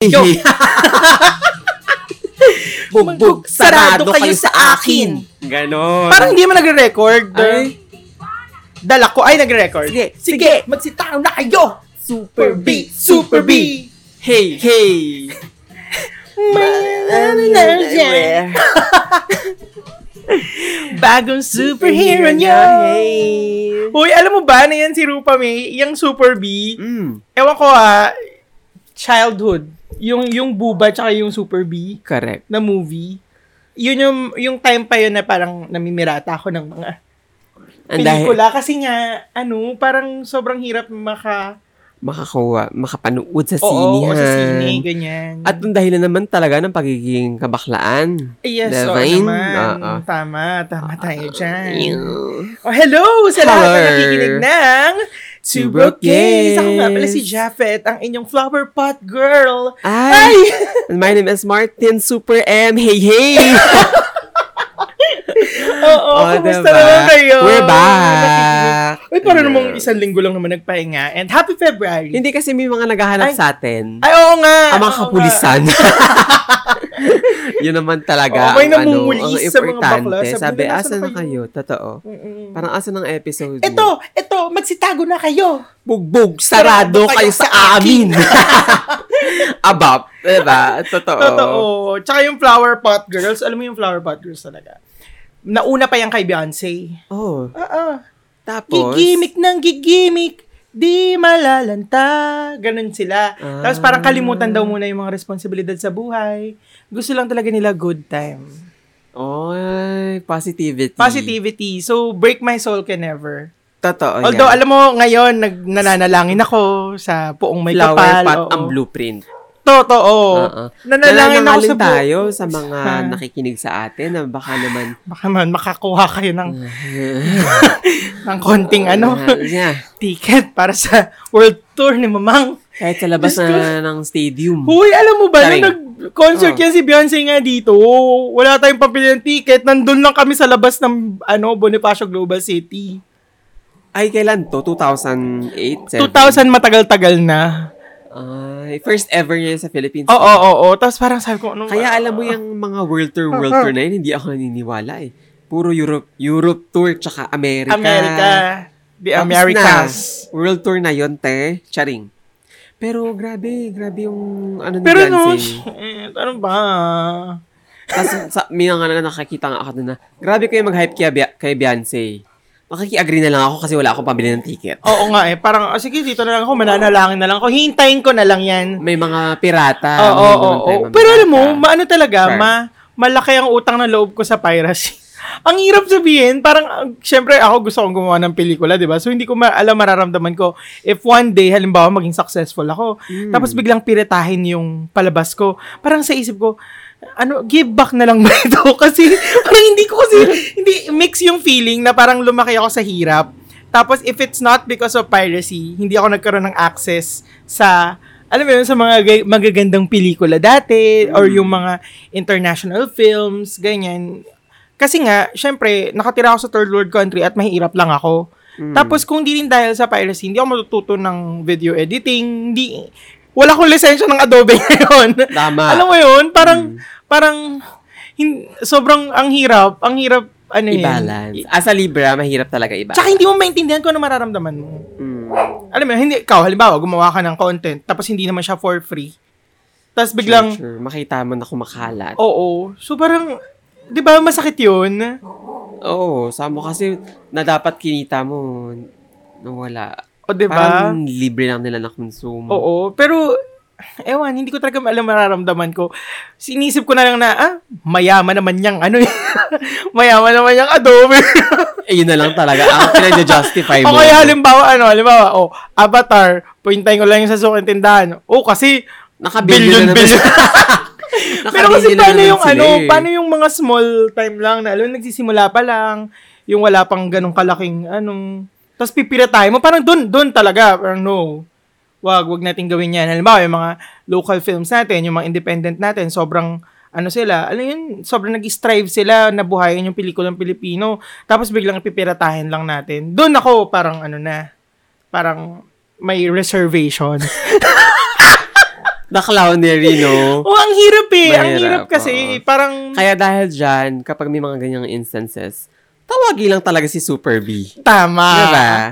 Yo! Bugbog, sarado kayo sa akin. Ganon. Parang hindi mo nagre-record. Ay. Dala ko ay nagre-record. Sige, sige, magsitaw na kayo. Super B, Super B. hey, hey. Manager. Bagong superhero niyo. Uy, alam mo ba na yan si Rupa May, yung Super B, Mm, ewan ko ah, childhood, yung, yung Buba tsaka yung Super B correct. na movie, yun yung, yung time pa yun na parang namimirata ako ng mga Ang dahil pelikula kasi nga, ano, parang sobrang hirap maka... makakuha, makapanood sa Oo, o sa sine, sinihan. ganyan. At ang dahilan naman talaga ng pagiging kabaklaan. yes, oo Divine? naman. Oo. Ah, Tama, tama tayo dyan. Ew. Oh, hello sa lahat na Hello. nakikinig ng Two Two Broke Broke Gays. Ako nga pala Gays. si Japheth, ang inyong flower pot girl. Ay! Ay! My name is Martin Super M. Hey, hey! Oo, Oh, kumusta diba? naman kayo? We're Nakikinig. back! Uy, parang Yeah. namang isang linggo lang naman nagpahinga. And happy February! Hindi kasi may mga naghahanap Ay. sa atin. Ay, oo nga! ang Ah, mga oo nga. kapulisan. yun naman talaga. Oo, may ang ano, namumulis ang sa mga bakla. importante. Sabi Sabi, nila, asan "Saan na kayo?" kayo? Totoo. Mm-mm. Parang asan ang episode Ito, niyo? ito, magsitago na kayo. Bugbog, sarado Sarado kayo kayo sa sa amin. Abap. Diba? Totoo. Totoo. Tsaka yung flower pot girls, alam mo yung flower pot girls talaga. Nauna pa yan kay Beyonce. Oh, Oo. tapos. Gigimik ng gigimik, di malalanta. Ganun sila. Ah. Tapos parang kalimutan daw muna yung mga responsibilidad sa buhay. Gusto lang talaga nila good time. Oy, positivity. Positivity. So, break my soul can never. Totoo Although, yan. alam mo, ngayon, nag, nananalangin ako sa puong may Flower kapal. pot oo. ang blueprint. Totoo. Oo. Nananalangin ako sa Nananalangin buong... tayo sa mga Ah. nakikinig sa atin na baka naman Baka man makakuha kayo Mm. ng ng konting ano Yeah. ticket para sa world tour ni Mamang. Kahit sa labas Diyos na ng stadium. Huy, alam mo ba, nung Taring. nag-concert Oo. yan si Beyonce nga dito, wala tayong pabili ng ticket, nandun lang kami sa labas ng ano Bonifacio Global City. Ay, kailan to? 2008? 2000 matagal-tagal na. Ay, first ever niya sa Philippines. Oo, oo, oo. Tapos parang sabi ko, ano ba? Kaya alam mo yung mga world tour, world tour na yun, hindi ako naniniwala eh. Puro Europe, Europe tour, tsaka America. America. The Tapos Americas. Na, world tour na yon te. Charing. Pero grabe, grabe yung ano ni Pero no, Beyonce. shit, ano ba? Tapos sa, may mga na nakakita nga ako doon na, grabe kayo mag-hype kay, Bea- kay Beyonce. Makiki-agree na lang ako kasi wala akong pambili ng ticket. Oo nga eh, parang, ah, sige, dito na lang ako, mananalangin na lang ako, hintayin ko na lang yan. May mga pirata. may Oo, oo, ganun tayo, oo. mga Pero alam mo, pirata. maano talaga, Sure. ma, malaki ang utang na loob ko sa piracy. ang hirap sabihin, parang, ah, syempre, ako gusto kong gumawa ng pelikula, di ba? So, hindi ko ma- alam, mararamdaman ko, if one day, halimbawa, maging successful ako, Hmm. tapos biglang piretahin yung palabas ko, parang sa isip ko, ano, give back na lang ba ito? kasi, parang hindi ko kasi, hindi, mix yung feeling na parang lumaki ako sa hirap. Tapos, if it's not because of piracy, hindi ako nagkaroon ng access sa alam mo yun, sa mga ga- magagandang pelikula dati or yung mga international films, ganyan. Kasi nga, syempre, nakatira ako sa third world country at mahirap lang ako. Tapos kung di rin dahil sa piracy, hindi ako matututo ng video editing, hindi wala akong lisensya ng Adobe ngayon. Tama. Alam mo yun, parang parang hin- sobrang ang hirap, ang hirap ano yun. I-balance. As a Libra, mahirap talaga i-balance. Tsaka hindi mo maintindihan kung ano mararamdaman mo. Mm. alam mo, hindi, ikaw, halimbawa, gumawa ka ng content, tapos hindi naman siya for free. Tapos biglang, Oh. Sure, sure. Makita mo na kumakalat. Oo, oo. So parang, di ba masakit yun? sa mo kasi na dapat kinita mo, nawala. O di ba? Parang libre lang nila na consume. Diba? Oo. Pero, ewan, hindi ko talaga alam mararamdaman ko. Sinisip ko na lang na, ah, mayaman naman niyang, ano yun? mayaman naman niyang adobe. Eh, yun na lang talaga. Ang pinag-justify mo. o kaya halimbawa, ano, halimbawa, oh, avatar, puintayin ko lang yung sa sukang tindahan. Oh, kasi, Nakabillion na naman billion. Pero Nakabillion kasi na paano naman yung sila ano, eh. paano yung mga small time lang na alam, nagsisimula pa lang, yung wala pang ganong kalaking anong, tapos pipira tayo mo, parang dun, dun talaga, parang no, wag, wag natin gawin yan. Halimbawa, yung mga local films natin, yung mga independent natin, sobrang, ano sila, alam yun, sobrang nag-strive sila na buhayin yung pelikulang Pilipino, tapos biglang pipiratahin lang natin. Doon ako, parang ano na, parang may reservation. The clownery, no? Oh, ang hirap eh. Ang Mahirap, hirap kasi. oo. Parang Kaya dahil dyan, kapag may mga ganyang instances, tawagi lang talaga si Super B. tama. Diba? Ah.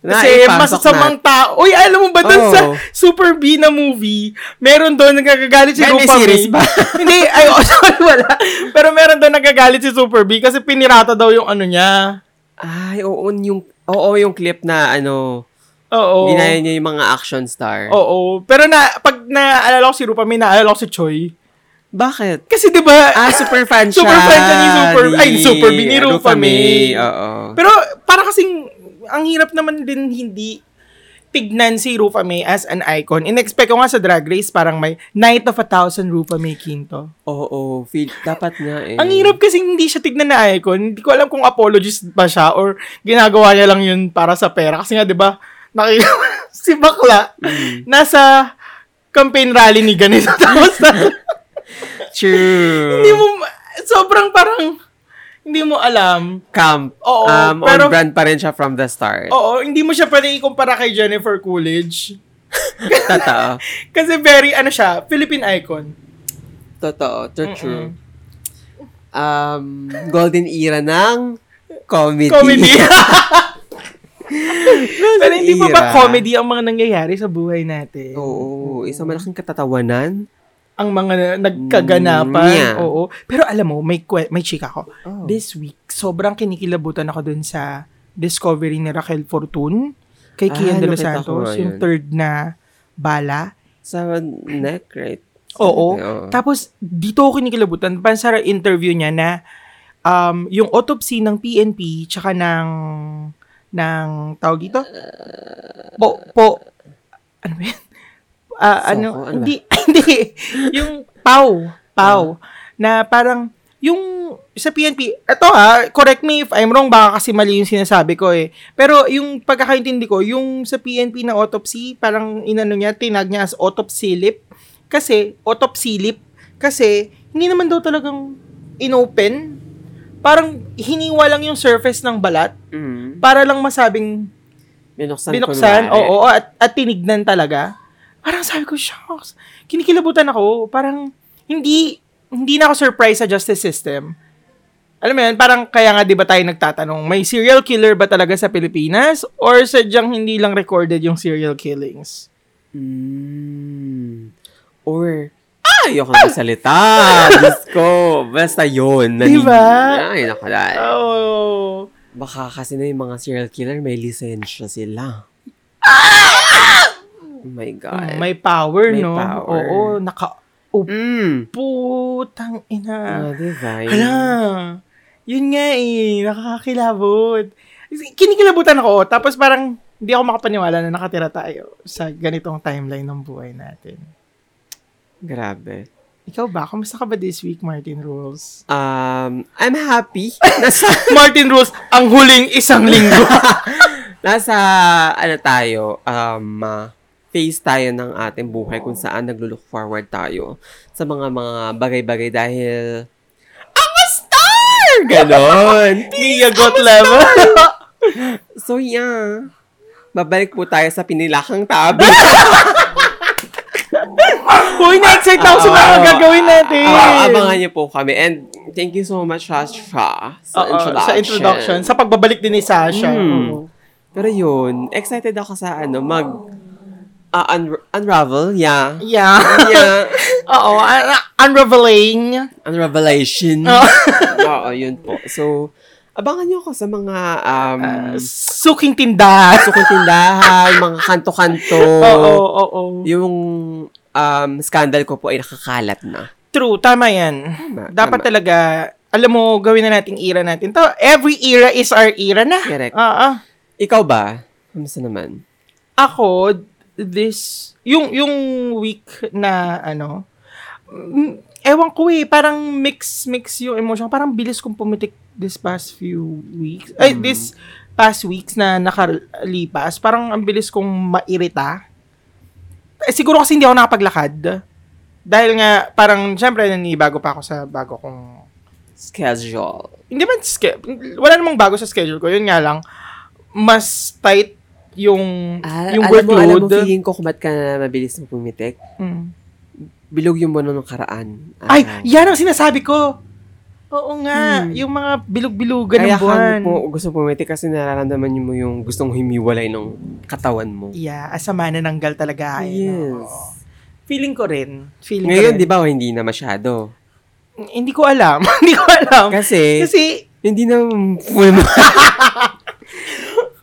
Kasi Naipasok masasamang tao. Uy, alam mo ba Oo. doon sa Super B na movie, meron doon nagkagalit si May- may Rupa May. series ba? Hindi, ay, oh, sorry, wala. Pero meron doon nagkagalit si Super B kasi pinirata daw yung ano niya. Ay, oo, yung, oo, yung clip na, ano, Oo. ginaya niya yung mga action star. Oo. Pero na, pag naalala ko si Rupa May, naalala ko si Choi. Bakit? Kasi di ba, Ah, super fan siya. Super fan siya ni Super, ay, ni ano Super B ni Rufa May. Oo. Pero para kasing, ang hirap naman din hindi tignan si Rufa May as an icon. In-expect ko nga sa Drag Race, parang may Night of a Thousand Rufa May Quinto. Oo, feel, dapat nga eh. Ang hirap kasi hindi siya tignan na icon. Hindi ko alam kung apologist ba siya or ginagawa niya lang yun para sa pera. Kasi nga, di ba, naki- si Bakla, nasa campaign rally ni ganito. Tapos, True. hindi mo, ma- sobrang parang, hindi mo alam. Camp. Oo, um, pero- on brand pa rin siya from the start. Oo, hindi mo siya pwede ikumpara kay Jennifer Coolidge. Totoo. Kasi very, ano siya, Philippine icon. Totoo. True, true. Um, golden era ng comedy. Comedy. Golden Pero hindi pa ba era. comedy ang mga nangyayari sa buhay natin? Oh. Oo. Isang malaking katatawanan. Ang mga na- nagkaganapan. Mm, yeah. Oo. Pero alam mo, may, kwe- may chika ko. Oh. This week, sobrang kinikilabutan ako dun sa discovery ni Raquel Fortun kay Ah, Kian De Los nakita ko Santos, nga yung yun. third na bala. Sa neck, right? Oo. Oo. Tapos, dito ako kinikilabutan. Pansa sa interview niya na um, yung autopsy ng PNP tsaka ng ng tawag dito? Po, po, ano ba yun? Ah, Soko, ano, ano ba? hindi, hindi. Yung pau, pau. Na parang, yung sa PNP, eto ha, correct me if I'm wrong, baka kasi mali yung sinasabi ko eh. Pero yung pagkakaintindi ko, yung sa PNP na autopsy, parang inano niya, tinag niya as autopsilip. Kasi, autopsilip. Kasi, hindi naman daw talagang inopen. Parang hiniwa lang yung surface ng balat Mm. para lang masabing Binuksan, binuksan, kunwari. oo, at, at tinignan talaga. Parang sabi ko, shocks. Kinikilabutan ako. Parang, hindi, hindi na ako surprised sa justice system. Alam mo yun, parang kaya nga di ba tayo nagtatanong, may serial killer ba talaga sa Pilipinas? Or sadyang hindi lang recorded yung serial killings? Mm. Or, ah, ayoko ng salita. Diyos ko. Basta yun. Nanig- Diba? Ay, naku, dahil. Oh. Baka kasi na yung mga serial killer, may lisensya sila. Oh my God. May power, May no? power. Oo, naka... Mm. Putang Ah, ina. diba? Hala, yun nga eh, nakakakilabot. Kinikilabutan ako, tapos parang hindi ako makapaniwala na nakatira tayo sa ganitong timeline ng buhay natin. Grabe. Ikaw ba? Kamusta ka ba this week, Martin Rules? Um, I'm happy. Nasa, Martin Rules, ang huling isang linggo. nasa, ano tayo, um, ah, phase tayo ng ating buhay kung saan naglo-look forward tayo sa mga mga bagay-bagay dahil I'm a star! Ganon! Niyagot level. So, yeah. Babalik po tayo sa pinilakang tabi. Uy, na-excite ako sa mga Oo. gagawin natin. Ah, abangan niyo po kami. And thank you so much, Sasha, sa Oo, introduction. Sa introduction. Hmm. Sa pagbabalik din ni Sasha. Mm. Oo. Pero yun, excited ako sa ano, mag ah, un- unravel, yeah. Yeah. Yeah. Oo, un- un- unraveling. Unrevelation. Oo. Oo, yun po. So, abangan niyo ako sa mga um, Hmm. Suking tindahan. sukong tindahan, mga kanto-kanto. Oo, oo, oo. Yung um, scandal ko po ay nakakalat na. True, tama yan. Tama, Dapat tama. talaga, alam mo, gawin na nating era natin. To, every era is our era na. Correct. Ah, ah. Ikaw ba? Kamusta naman? Ako, this, yung, yung week na, ano, mm, ewan ko eh, parang mix-mix yung emotion. Parang bilis kong pumitik this past few weeks. Ay, Mm. this past weeks na nakalipas. Parang ang bilis kong mairita. Eh, siguro kasi hindi ako nakapaglakad. Dahil nga, parang, syempre, nanibago pa ako sa bago kong Schedule. hindi man, ske- wala namang bago sa schedule ko. Yun nga lang, mas tight yung, Ah, yung alam workload. Mo, alam mo, feeling ko kung ba't ka na mabilis na pumitik? Mm. bilog yung buwan ng karaan. Ah, Ay, Araw. yan ang sinasabi ko. Oo nga, yung mga bilog-bilugan Hmm. ng Kaya buwan. hangit mo gusto pumiti kasi nararamdaman mo yung gustong humiwalay ng katawan mo. Yeah, asama na nanggal talaga. eh, no? Yes. Feeling ko rin. Feeling Ngayon, ko rin. di ba, hindi na masyado. Hindi ko alam. hindi ko alam. Kasi, Kasi, hindi na full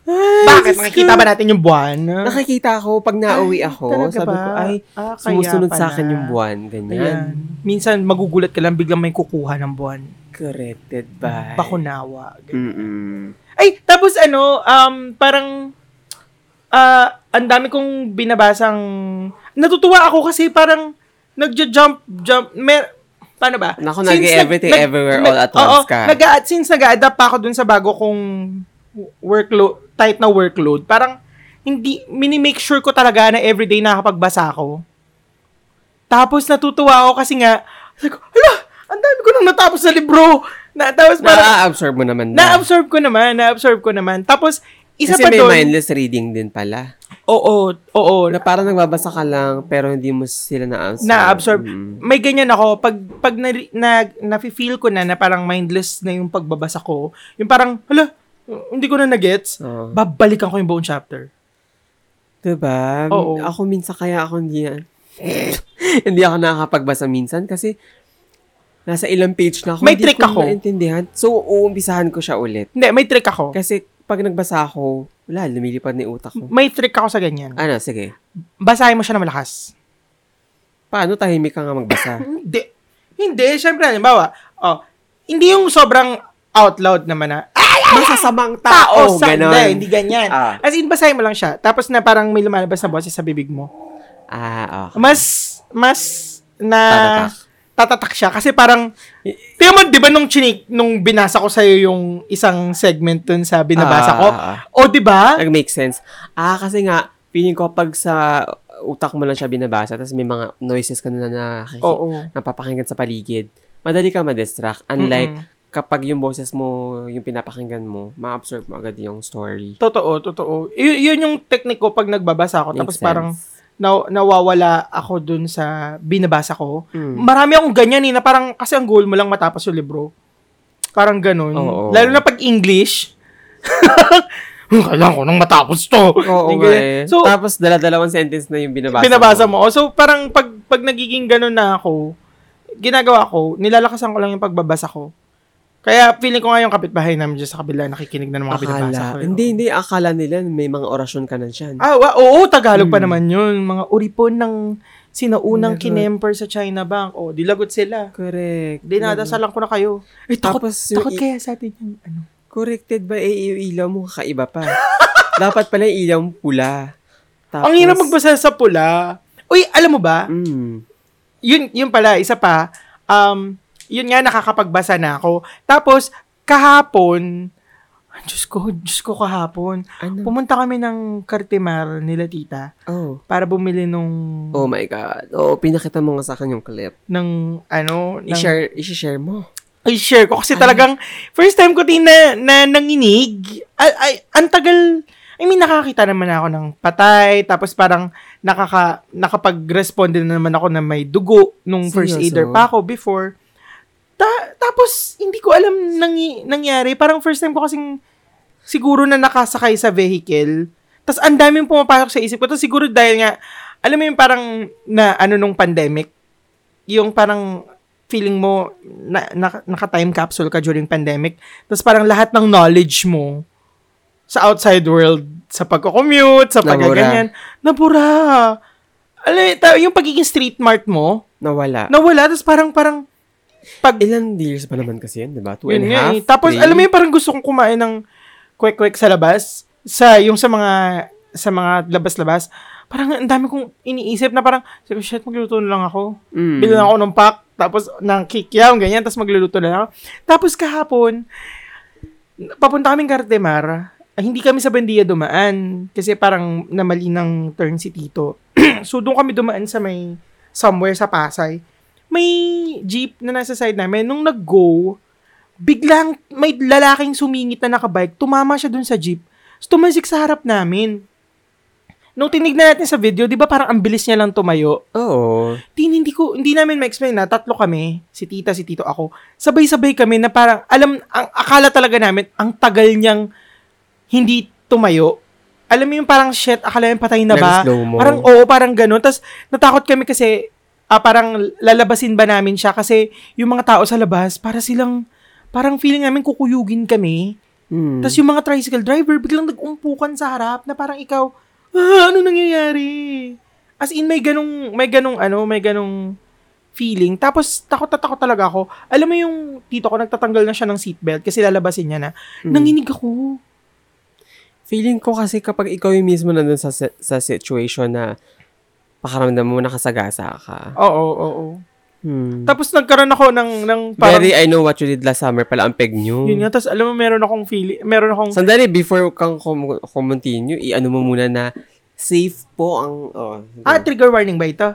bakit? Diyos ko. Makikita ba natin yung buwan? Nakikita ko, pag nauwi Ay, ako, talaga sabi ba? ko, ay, Ah, kaya sumusunod sa pala. akin yung buwan. Ayan. Ganyan. Minsan, magugulat ka lang, biglang may kukuha ng buwan. Corrected by... Bakunawa. Ganyan. Mm-mm. Ay, tapos ano, um, parang, ah, ang dami kong binabasang, natutuwa ako kasi parang, nagja-jump, jump, mer, paano ba? Naku, Since nag- everything, everywhere, all at oo, once ka. nag- ah, since nag-a-adapt pa ako dun sa bago kong workload, type na workload, parang, hindi, mini-make sure ko talaga na everyday nakapagbasa ako. Tapos natutuwa ako kasi nga, sabi ko, ala, ang dami ko nang natapos sa libro. Na, tapos parang, Na-absorb mo naman na. na-absorb ko naman, na-absorb ko naman. Tapos, isa Kasi pa may doon, mindless reading din pala. oo, oo, Na parang nagbabasa ka lang, pero hindi mo sila na-absorb. na-absorb. Mm. May ganyan ako, pag, pag na, na, nafe-feel ko na na parang mindless na yung pagbabasa ko, yung parang, hala, hindi ko na na-gets, Oo. babalikan ko yung buong chapter. Diba? Oo. Ako minsan kaya ako hindi na- hindi ako nakakapagbasa minsan kasi nasa ilang page na ako. May hindi trick ko ako. Naintindihan. So, uumpisahan ko siya ulit. Hindi, may trick ako. Kasi pag nagbasa ako, wala, lumilipad na yung utak ko. May trick ako sa ganyan. Ano, sige. Basahin mo siya na malakas. Paano tahimik ka nga magbasa? Hindi. Hindi, syempre, halimbawa, oh, hindi yung sobrang out loud naman na, "Ah, Masasamang tao, tao, sa- Hindi, Ah, ganon. hindi ganyan. Ah. As in, basahin mo lang siya. Tapos na parang may lumalabas na boses sa bibig mo. Ah, okay. Mas, mas na... Tatatak. Tatatak siya. Kasi parang, tingnan mo, di ba nung, chinik, nung binasa ko sa'yo yung isang segment dun sa binabasa Ah, ko? ah, ah. O, di ba? Nag-make sense. Ah, kasi nga, feeling ko pag sa utak mo lang siya binabasa, tapos may mga noises ka na na Oo. napapakinggan sa paligid, madali ka ma-distract. Unlike kapag yung boses mo, yung pinapakinggan mo, ma-absorb mo agad yung story. Totoo, totoo. Y- yun yung technique ko pag nagbabasa ako. Makes tapos sense. parang naw- nawawala ako dun sa binabasa ko. Mm. Marami akong ganyan eh, na parang kasi ang goal mo lang matapos yung libro. Parang ganun. Oo. Lalo na pag English. Kailangan ko nang matapos to. Oo Yung nga eh. ganyan. So, tapos dala-dalawang sentence na yung binabasa, binabasa mo. Oh, So, parang pag, pag nagiging ganun na ako, ginagawa ko, nilalakasan ko lang yung pagbabasa ko. Kaya feeling ko nga yung kapitbahay namin dyan sa kabila nakikinig na ng mga binabasa ko. Akala, eh. hindi, hindi, akala nila may mga orasyon ka na dyan. Ah, wa- oo, Tagalog Hmm. pa naman yun. Mga uripon ng sinaunang Lagot. kinemper sa China Bank. O, dilagot sila. Correct. Dinadasalan ko na kayo. Eh, takot, Tapos yung takot i- kaya sa atin yung ano. Corrected ba eh, yung ilaw mo kakaiba pa. Dapat pala yung ilaw mo pula. Tapos, Ang hirap magbasa sa pula. Uy, alam mo ba? Mm. Yun, yun pala, isa pa. Um, yun nga, nakakapagbasa na ako. Tapos, kahapon, ay, Diyos ko, Diyos ko kahapon. Ano? Pumunta kami ng Cartimar nila tita oh. para bumili nung, Oh my God. Oo, pinakita mo nga sa akin yung clip. ng ano, ng I-share, i-share mo. ay share ko kasi talagang first time ko din na, na nanginig. Ay, ay, ang tagal, I mean, nakakita naman ako ng patay, tapos parang nakaka, nakapag-respond din naman ako na may dugo nung first Seryoso? aider pa ako before. Ta- tapos, hindi ko alam nangi- nangyari. Parang first time ko kasing siguro na nakasakay sa vehicle. Tapos, ang daming pumapasok sa isip ko. Tapos, siguro dahil nga, alam mo yung parang na ano nung pandemic, yung parang feeling mo na, na- naka-time capsule ka during pandemic, tapos parang lahat ng knowledge mo sa outside world, sa pagko-commute, sa Nabura. pagkaganyan, nabura. Alam, mo, ta- yung pagiging street mart mo, Nawala. nawala, tapos parang, parang, pag, Ilan years pa naman kasi yan, di ba? Two and a yun nga half? eh. Tapos, three? alam mo yung parang gusto kong kumain ng kwek-kwek sa labas, sa, yung sa mga, sa mga labas-labas, parang ang dami kong iniisip na parang, sabi ko, shit, magluto na lang ako. Mm. Bilan ako ng pack, tapos ng kikyaw, ganyan, tapos magluluto na lang ako. Tapos kahapon, papunta kaming Cartemar, ah, hindi kami sa Bandia dumaan kasi parang namali ng turn si Tito. so doon kami dumaan sa may somewhere sa Pasay. May jeep na nasa side namin. Nung nag-go, biglang may lalaking sumingit na nakabike. Tumama siya doon sa jeep. So, tumansik sa harap namin. nung tinignan natin sa video, di ba parang ang bilis niya lang tumayo? Oo. Tin, hindi ko, hindi namin ma-explain na tatlo kami, si tita, si tito, ako. Sabay-sabay kami na parang, alam, ang akala talaga namin, ang tagal niyang hindi tumayo. Alam mo yung parang, shit, akala yung patay na Nang Ano ba? slow-mo. Parang, oo, parang ganun. Tapos, natakot kami kasi, ah, parang lalabasin ba namin siya? Kasi, yung mga tao sa labas, para silang, parang feeling namin kukuyugin kami. Hmm. Tapos yung mga tricycle driver, biglang nag-umpukan sa harap na parang ikaw, ah, ano nangyayari? As in, may ganong, may ganong, ano, may ganong feeling. Tapos, takot na takot talaga ako. Alam mo yung tito ko, nagtatanggal na siya ng seatbelt kasi lalabasin niya na. Mm. Nanginig ako. Feeling ko kasi kapag ikaw yung mismo nandun sa, si- sa situation na pakaramdam mo nakasagasa ka. Oo, oo, oo. Hmm. Tapos, nagkaroon ako ng, ng parang, Very, I know what you did last summer pala ang peg nyo. yun nga. Tapos, alam mo, meron akong feeling, meron akong, Sandali, before kang kum- kumontinue, i-ano mo muna na safe po ang... Oh, ah, trigger warning ba ito?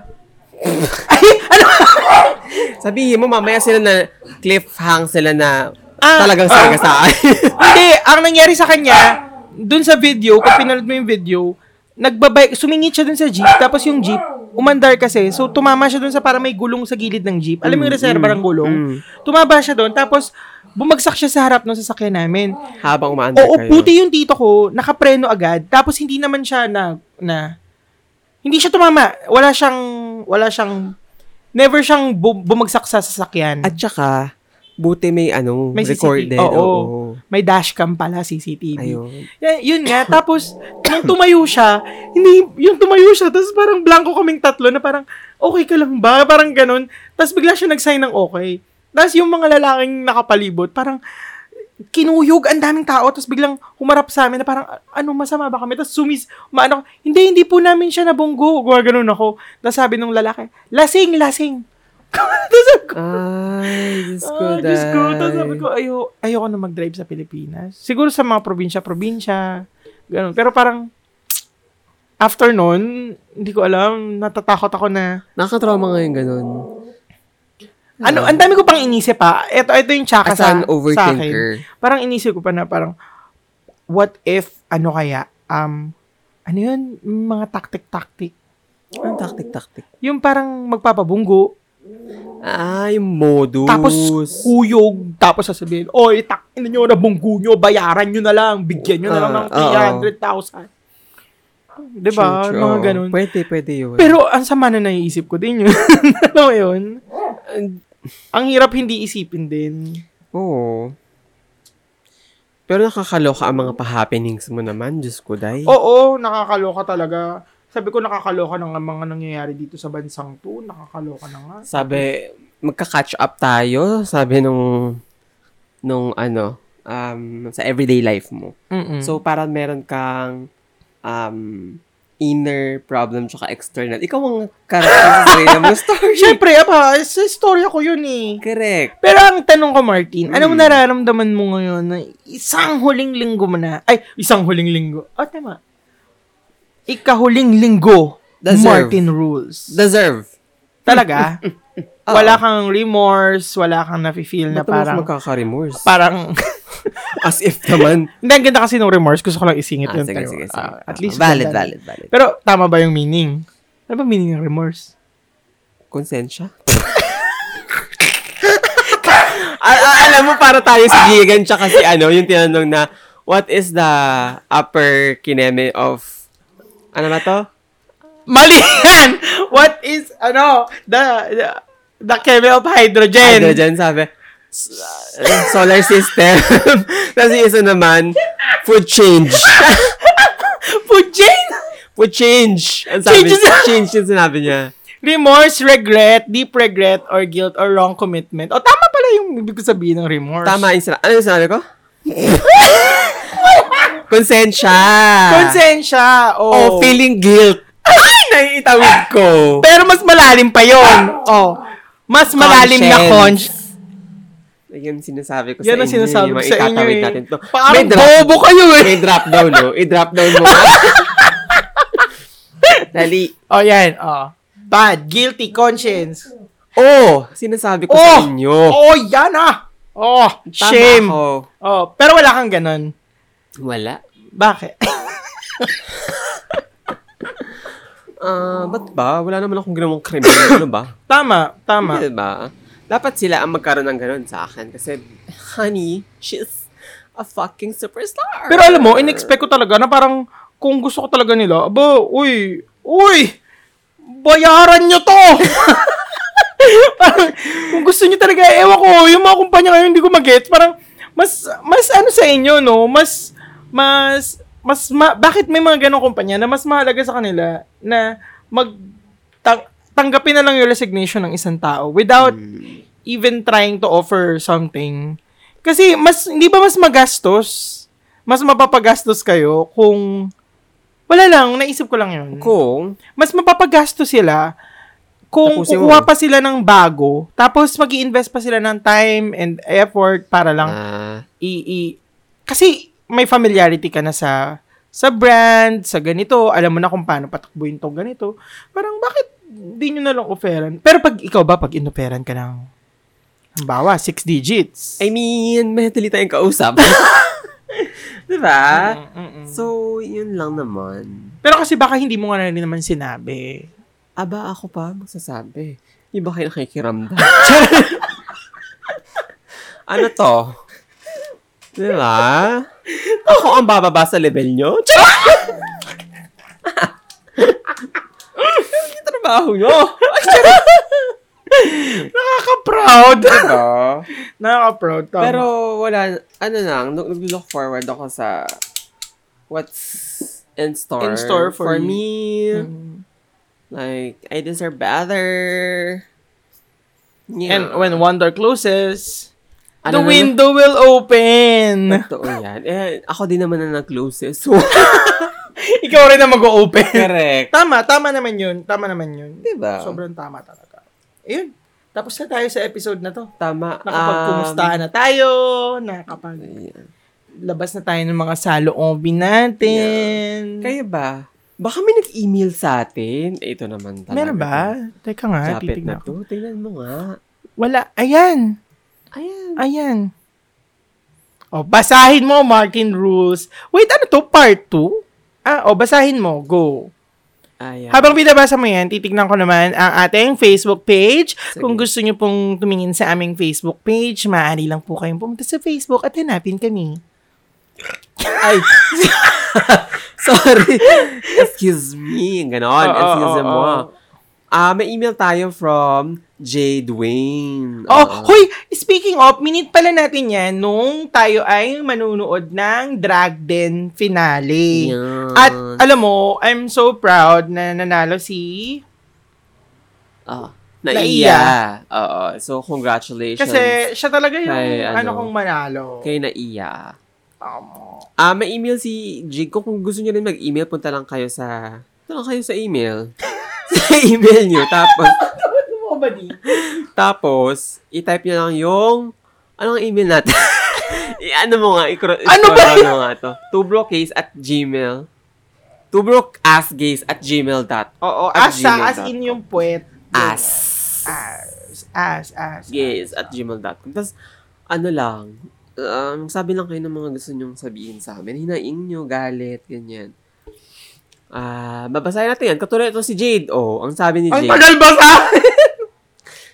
Sabihin mo, mamaya sila na cliffhang sila na Ah, talagang sagasaan. Hindi, ang nangyari sa kanya, dun sa video, pag pinanood mo yung video, nagbabike, sumingit siya dun sa jeep, tapos yung jeep, umandar kasi, so tumama siya dun sa para may gulong sa gilid ng jeep. Alam mo yung reserva ng gulong? mm. Tumaba siya dun, tapos bumagsak siya sa harap ng sasakyan namin. Habang umaandar Oo, kayo. puti yung tito ko, nakapreno agad, tapos hindi naman siya na, na, hindi siya tumama. Wala siyang, wala siyang, never siyang bu- bumagsak sa sasakyan. At saka, buti may ano, May recorded. CCTV. Oo. Oo. May dashcam pala, CCTV. Ayun. Yeah, Eh, yun nga. Tapos, nung tumayo siya, hindi, yung tumayo siya, tapos parang blanco kaming tatlo na parang, okay ka lang ba? Parang ganun. Tapos bigla siya nag-sign ng okay. Tapos yung mga lalaking nakapalibot, parang kinuyog ang daming tao, tapos biglang humarap sa amin na parang, ano, masama ba kami? Tapos sumis, maano, hindi, hindi po namin siya nabunggo. Gawa ganun ako. Tapos sabi nung lalaki, lasing, lasing. tapos Ay, sabi ko, Diyos ko, ah, Diyos ko. Tapos Day. sabi ko, ayo, ayoko na mag-drive sa Pilipinas. Siguro sa mga probinsya-probinsya, ganun. Pero parang, after nun, hindi ko alam, natatakot ako na, Nakaka-trauma ngayon ganun. ano, ang dami ko pang inisip pa. Ito, ito yung tsaka As sa, an sa akin. overthinker. Parang inisip ko pa na parang, what if, ano kaya, um, ano yun, Yung mga tactic-tactic. Anong taktik-taktik? Yung parang magpapabunggo, Ah, yung modus. Tapos kuyog, tapos sasabihin, oy, takin nyo na bunggu nyo, bayaran nyo na lang, bigyan nyo na lang ng Ah, oo. 300,000. Diba? True, true. Mga ganun. Pwede, pwede yun. Pero ang sama na naiisip ko din yun. Alam mo yun? Ang hirap hindi isipin din. Oo. Pero nakakaloka ang mga pa-happenings mo naman, Diyos ko, Day. Oo, nakakaloka talaga. Sabi ko nakakaloka na nga mga nangyayari dito sa bansang to. Nakakaloka na nga. Sabi, magka-catch up tayo, sabi nung, nung ano, um, sa everyday life mo. So, So, parang meron kang um, inner problem tsaka external. Ikaw ang character sa sarili mo story. syempre, aba, sa istorya ko yun eh. Correct. Pero ang tanong ko, Martin, anong Mm. nararamdaman mo ngayon na isang huling linggo mo na? Ay, isang huling linggo. Oh, tama. Ikahuling linggo, Deserve. Martin rules. Deserve. Talaga? wala kang remorse, wala kang nafe-feel na Ba't parang, parang... magkaka-remorse? Parang... As if naman. Hindi, ang ganda kasi ng remorse. Gusto ko lang isingit ah, yun. sige, pero, sige, sige. ah, Ah, at least... valid, ganda. valid, valid. Pero tama ba yung meaning? Ano ba meaning ng remorse? Konsensya? Al- al- Ah, alam mo, para tayo si Gigan, tsaka si ano, yung tinanong na, what is the upper kineme of, ano ba to? Mali yan! What is, ano, the, the, the chemi of hydrogen? Hydrogen, sabi. S- uh, Solar system. Tapos yung isa naman, food change. Food chain? Food change. Ang sabi, Change is- change yung sinabi niya. Remorse, regret, deep regret, or guilt, or wrong commitment. O tama pala yung ibig ko sabihin ng remorse. Tama Ah. yung sinabi. Ano yung sinabi ko? Konsensya. Konsensya. Oh, Oh. feeling guilt. Naiitawid ko. Pero mas malalim pa yon. Oh. Mas malalim na Conscience. conscience. Yan ang sinasabi ko Yan ang sa inyo. sinasabi yung ko mga sa inyo itatawid eh. natin to. Parang May drop- bobo kayo eh. May drop down, no? I-drop down mo. Dali. Oh, yan. Oh. Bad, guilty conscience. Oh, sinasabi ko sa Oh! inyo. Oh, yan ah. Oh, Tama shame. ako. Oh, pero wala kang ganun. Wala. Bakit? ah, ba't ba? Wala naman akong ginawang krimen. ano ba? Tama, tama. Hindi ba? Dapat sila ang magkaroon ng ganun sa akin. Kasi, honey, she's a fucking superstar. Pero alam mo, in-expect ko talaga na parang kung gusto ko talaga nila, aba, uy, uy, bayaran nyo to! parang, kung gusto nyo talaga, ewan ko, yung mga kumpanya ngayon hindi ko mag-get, parang, mas, mas ano sa inyo, no? Mas, mas, mas, ma- bakit may mga ganong kumpanya na mas mahalaga sa kanila na mag, tang- tanggapin na lang yung resignation ng isang tao without even trying to offer something. Kasi mas hindi ba mas magastos? Mas mapapagastos kayo kung wala lang, naisip ko lang 'yun. Kung, Mas mapapagastos sila kung Tapusin mo. kukuha pa sila ng bago, tapos mag invest pa sila ng time and effort para lang ah, i- i- kasi may familiarity ka na sa sa brand, sa ganito, alam mo na kung paano patakbuhin tong ganito. Parang bakit di nyo na lang offeran? Pero pag ikaw ba, pag inoferan ka ng, halimbawa, six digits. I mean, mentally tayong kausap. diba? ah. Mm-mm. So, yun lang naman. Mm, Pero kasi baka hindi mo nga na rin naman sinabi. Aba, ako pa magsasabi. Iba kayo nakikiramdam. ano to? Diba? Ako ang bababa sa level nyo? Charot! Yung trabaho nyo? Ay, charot! Nakaka-proud! Diba? Nakaka-proud. Tama. Pero wala, ano lang, nag- nag-look forward ako sa what's in store, In store for you. me. Mm. Like, I deserve better. Yeah. And when one door closes, Ano the naman- window will open. Totoo yan. Eh, ako din naman na nag-close eh. So, Ikaw rin na mag-open. correct. tama, tama naman yun. Tama naman yun. Diba? Sobrang tama talaga. Ayun. Tapos na tayo sa episode na to. Tama. Nakapagkumustahan na tayo. Nakapag Um, labas na tayo ng mga saloobin natin. kayo ba? Baka may nag-email sa atin. Eh, Ito naman talaga. Meron ba? Teka nga, Sapit titignan na ko. to. Tingnan mo nga. Wala. Ayan. Ayan. Ayan. O, basahin mo, Martin Rules. Wait, ano to? Part 2? Ah, o, basahin mo. Go. Ayan. Habang binabasa mo yan, titignan ko naman ang ating Facebook page. Sige. Kung gusto nyo pong tumingin sa aming Facebook page, maaari lang po kayong pumunta sa Facebook at hanapin kami. Ay. Sorry. Excuse me. Ganon. Oo, Excuse oo, mo. oo. Ah, may email tayo from Jade Wayne. Oh, hoy, speaking of, minute pala natin yan nung tayo ay manunood ng Drag Den finale. Yan. At alam mo, I'm so proud na nanalo si Ah, Naiya. naiya. Oo. So, congratulations. Kasi siya talaga yung Kay, ano, ano, kong manalo. Um, kay naiya. Tama. Ah, may email si Jig. Kung kung gusto niyo rin mag-email, punta lang kayo sa... Punta lang kayo sa email. sa email niyo. Tapos, Ano mo ba di? tapos, i-type niyo lang yung... Anong email natin? I- ano mo nga, i-cro- Ano ba i-scroll mo nga to. Tubrocase at gmail. Tubrocassgays at gmail.com. Oo, At as sa- as gmail.com. in yung puwet. As. As. As, as. gays at gmail.com. Tapos, ano lang, um, sabi lang kayo ng mga gusto nyong sabihin sa amin. Hinaing nyo, galit, ganyan. Ah, babasahin natin yan. Katulad ito si Jade. Oh, ang sabi ni Ang Jade. tagal ba sa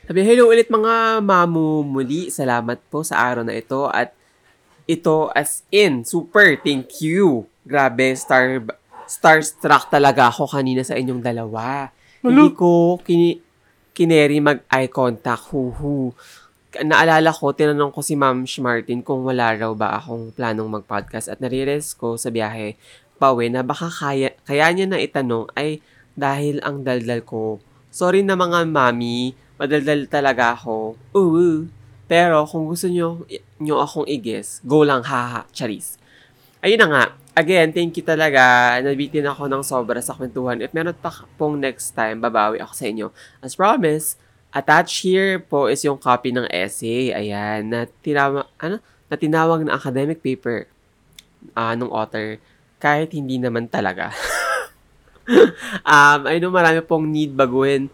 Sabi, hello ulit mga mamu muli. Salamat po sa araw na ito at ito as in, super, thank you. Grabe, star, starstruck talaga ako kanina sa inyong dalawa. Hindi ko kini, kineri mag-eye contact, huhu. Naalala ko, tinanong ko si Ma'am Martin kung wala raw ba akong planong mag-podcast at narealize ko sa biyahe pawe na baka kaya, kaya niya na itanong ay dahil ang daldal ko. Sorry na mga mami, madaldal talaga ako. Uwu. Pero kung gusto nyo, nyo akong i-guess, go lang haha, charis. Ayun na nga. Again, thank you talaga. Nabitin ako ng sobra sa kwentuhan. If meron pa pong next time, babawi ako sa inyo. As promised, attached here po is yung copy ng essay. Ayan, na, tinama, ano? na tinawag na academic paper ah nung author. Kahit hindi naman talaga. um, I know marami pong need baguhin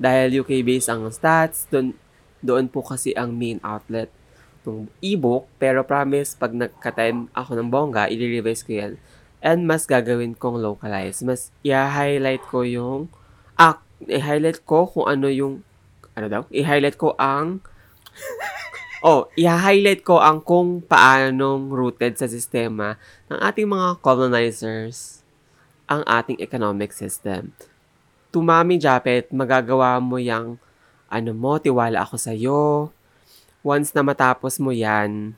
dahil UK-based ang stats. Doon, doon po kasi ang main outlet ng ebook. Pero promise, pag nagka-time ako ng bongga, i-revise ko yan. And mas gagawin kong localize. Mas i-highlight ko yung act, i-highlight ko kung ano yung, ano daw? I-highlight ko ang, oh, i-highlight ko ang kung paanong rooted sa sistema ng ating mga colonizers ang ating economic system. Tumami, Japet, magagawa mo yung, ano mo, tiwala ako sa'yo. Once na matapos mo yan,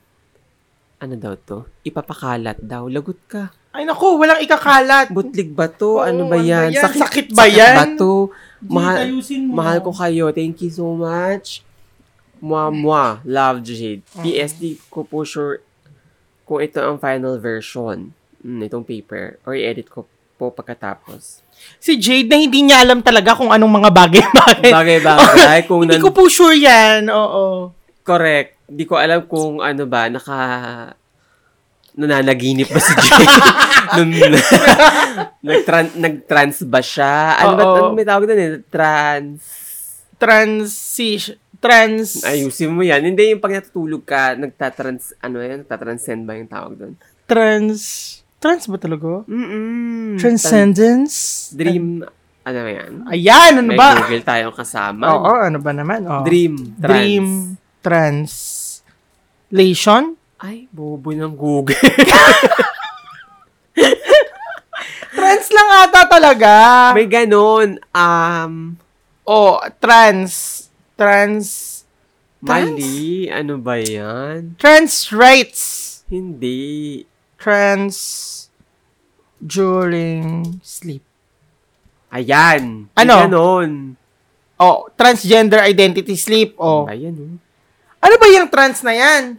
ano daw to? Ipapakalat daw. Lagot ka. Ay naku, walang ikakalat. Butlig ba to? Oo, ano ba ano yan? ba yan? Sakit ba yan? ba to? Mahal, ayusin mo. mahal ko kayo. Thank you so much. Mwa mwa. Love, Jade. PSD ko po sure kung ito ang final version mm, itong paper or i-edit ko po pagkatapos. Si Jade na hindi niya alam talaga kung anong mga bagay-bagay. Bagay-bagay. kung hindi nan- ko po sure yan. Oo. Correct. Di ko alam kung ano ba, naka nananaginip ba si Jay? Nung, nagtran, nag-trans ba siya? Ano ba, Oo. ano may tawag doon eh? Trans. Transition. Trans. Ayusin mo yan. Hindi yung pag natutulog ka, nagtatrans, ano yan, nagtatranscend ba yung tawag doon? Trans. Trans ba Hmm, talaga? Mm-mm. Transcendence? Trans- dream, ano ba yan? Ayan, ano May ba? Google tayong kasama. Oo, ano ba naman? Oo. Dream. Trans. Dream. Translation? Ay, bobo ng Google. Trans lang ata talaga. may ganon. Um, Oh, trans. Trans. Trans? mali. Ano ba yan? Trans rights. Hindi. Trans during sleep. Ayan. Ano? Yung Ganon. Oh, transgender identity sleep. Oh. Ayan, oh. Ano ba yung trans na yan?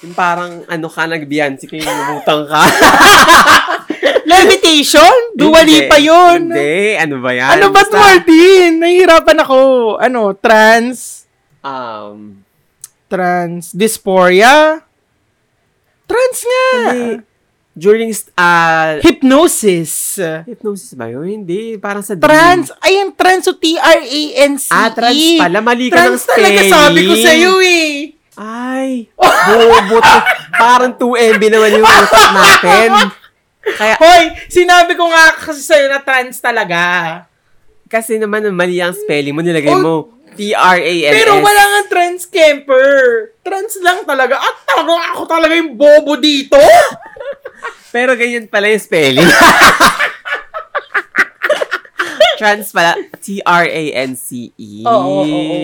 Yung parang ano ka nagbiyansi kayo lumutang ka. Levitation? Duwali Hindi. pa yun. Hindi. Ano ba yan? Ano ba Basta, ito, Martin? Nahihirapan ako. Ano, trans, Um, trans, dysphoria? Trans nga! hindi. During, st- ah, Hypnosis. hypnosis ba yun? Hindi. Parang sa Trans, dream. ayun, trans o T-R-A-N-C-E. Ah, trans pala. Mali ka ng E. Trans spelling. talaga sabi ko sa'yo eh. Ay. Bobo. to. parang 2MB naman yung utak natin. Kaya, Hoy, sinabi ko nga kasi sa'yo na trans talaga. kasi naman mali ang spelling mo. Nilagay Oh. mo. T-R-A-N-S. Pero wala nga trans camper. Trans lang talaga. At talagang ako talaga yung bobo dito. Pero ganyan pala yung spelling. Trans pala. T-R-A-N-C-E. Oo, oo, oo.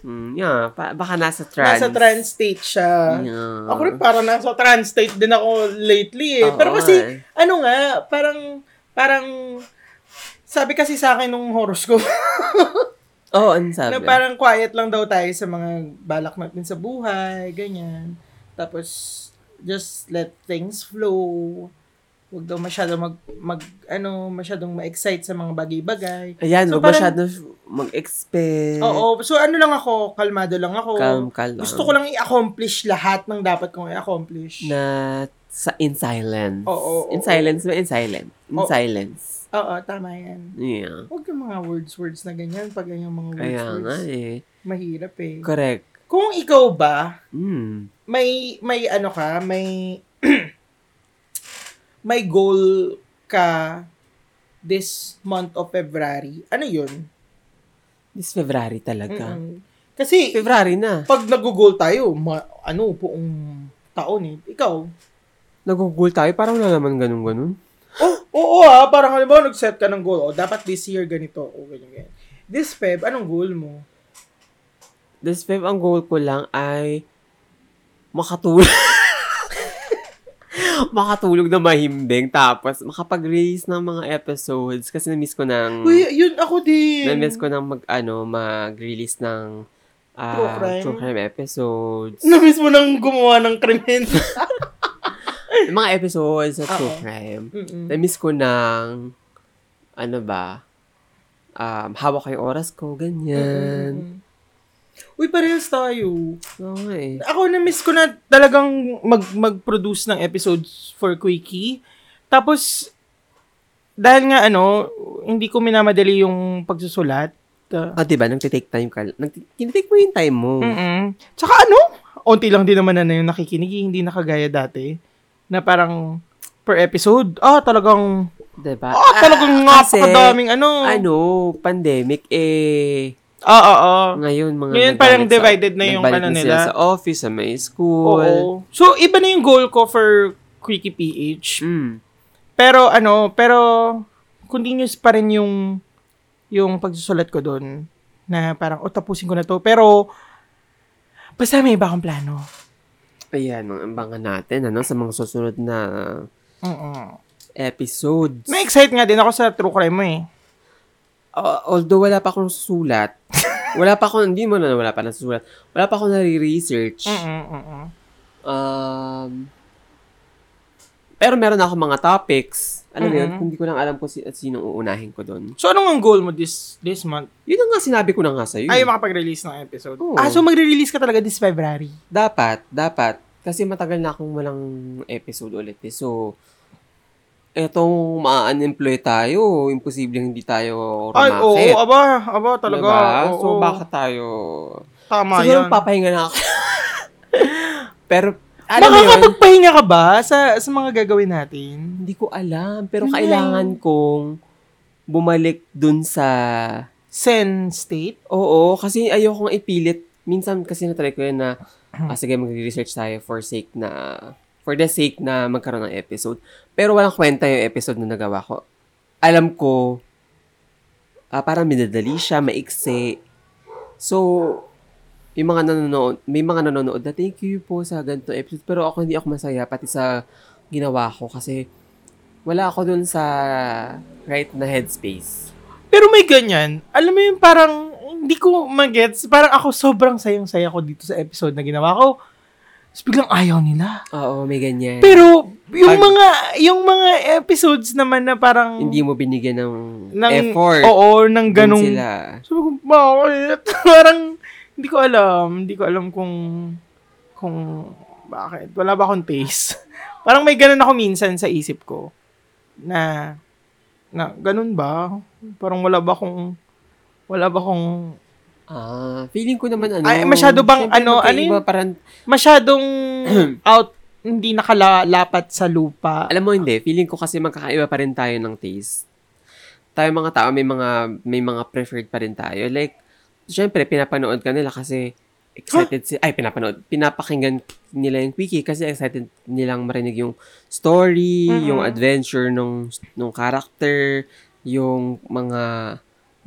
Mm, E. yeah, pa- baka nasa trans. Nasa trans state siya. Yeah. Ako rin parang nasa trans state din ako lately Oo eh. Pero kasi, nga eh. ano nga, parang, parang, sabi kasi sa akin nung horoscope, Oo, oh, ano sabi? na parang quiet lang daw tayo sa mga balak natin sa buhay, ganyan. Tapos, just let things flow. Huwag daw masyado mag, mag, ano, masyadong ma-excite sa mga bagay-bagay. Ayan, So, huwag parang- masyado mag-expect. Oo, so ano lang ako, kalmado lang ako. Calm ka lang. Gusto ko lang i-accomplish lahat ng dapat kong i-accomplish. Na sa in silence. Oo, oo, in oo. silence ba? In silence. In Oo. silence. Oo, tama yan. Yeah. Huwag yung mga words-words na ganyan. Pag yung mga Kaya nga words-words, eh. mahirap eh. Correct. Kung ikaw ba, Mm. may, may ano ka, may, may goal ka this month of February, ano yun? This February talaga. Mm-mm. Kasi, February na. pag nag-goal tayo, ma- ano, buong taon eh. Ikaw, Nag-google tayo. Parang wala naman ganun-ganun. oh, oo ha, parang halimbawa nag-set ka ng goal, oh, dapat this year ganito, o ganyan, ganyan. This Feb, anong goal mo? This Feb, ang goal ko lang ay makatulog. makatulog na mahimbing tapos makapag-release ng mga episodes kasi na-miss ko ng Uy, yun ako Hmm. din. na-miss ko ng mag ano mag-release ng ah, True crime? episodes. Namiss mo nang gumawa ng krimen. mga episodes sa true Oo. crime. Mm-mm. Na-miss ko ng ano ba? Um, hawak ko yung oras ko, ganyan. Mm-mm. Uy, parehas tayo. Oo nga eh. Ako na-miss ko na talagang mag, mag-produce ng episodes for Quickie. Tapos, dahil nga ano, hindi ko minamadali yung pagsusulat. Uh, Ah, diba? Nagtitake time ka. Nagti- tinitake mo yung time mo. mm Tsaka ano, onti lang din naman na na yung nakikinig, hindi nakagaya dati. Na parang per episode, ah, talagang Diba? Ah, talagang napakadaming ano. Ah, Ano, pandemic, eh, Oo, oo. ngayon mga Ngayon nagbalik parang sa- divided na yung nagbalik ano na sila nila. sa office, sa may school. Oo. So, iba na yung goal ko for Quickie PH. Mm. Pero ano, pero continuous pa rin yung yung pagsusulat ko doon na parang, oh, tapusin ko na to. Pero, basta may iba akong plano. Ayan, mga ambangan natin, ano, sa mga susunod na Mm-mm. episodes. Na-excite nga din ako sa true crime mo eh. Uh, although wala pa akong sulat, wala pa akong, hindi mo na wala pa nasusulat, wala pa akong nare-research. Mm-mm, mm-mm. Um, pero meron ako mga topics. Alam mo yun, Mhm. hindi ko lang alam kung si- sinong uunahin ko doon. So, anong ang goal mo this this month? Yun ang nga sinabi ko na nga sa'yo. Ay, eh. makapag-release ng episode. Oo. Ah, so magre-release ka talaga this February. dapat, dapat. Kasi matagal na akong walang episode ulit. Eh. So, etong ma-unemploy tayo, imposible hindi tayo Ay, oo, rumakit. aba, aba talaga. Diba? Oo, so, oo. baka tayo... Tama Siguro yan. papahinga na ako. Pero, alam mo Ano Ano yun, Makakapagpahinga ka ba sa, sa mga gagawin natin? hindi ko alam. Pero Wala. kailangan kong bumalik dun sa Zen state? Oo, kasi ayokong ipilit. Minsan kasi natry ko yun na, ah, sige, mag-research tayo for sake na, for the sake na magkaroon ng episode. Pero walang kwenta yung episode na nagawa ko. Alam ko, ah, parang minadali siya, maikse. So, yung mga nanonood, may mga nanonood na thank you po sa ganito episode. Pero ako hindi ako masaya, pati sa ginawa ko kasi wala ako dun sa right na headspace. Pero may ganyan. Alam mo yung parang, hindi ko magets. Parang ako sobrang sayang-saya ko dito sa episode na ginawa ko. Tapos biglang ayaw nila. Oo, may ganyan. Pero, yung Pag- mga, yung mga episodes naman na parang, hindi mo binigyan ng, ng, effort. Oo, ng Dun ganong, Sila. sabi ko, bakit? parang, hindi ko alam. Hindi ko alam kung, kung, bakit. Wala ba akong taste? parang may ganun ako minsan sa isip ko. Na, na, ganun ba? Parang wala ba kung, wala ba kung, Ah, feeling ko naman ano. Ay, masyado bang syempre ano, ano magkaiba, yun? Parang, masyadong out, hindi nakalapat sa lupa. alam mo hindi, feeling ko kasi magkakaiba pa rin tayo ng taste. Tayo mga tao, may mga, may mga preferred pa rin tayo. Like, syempre, pinapanood ka nila kasi excited si ay pinapanood pinapakinggan nila yung wiki kasi excited nilang marinig yung story Mhm. yung adventure nung nung character yung mga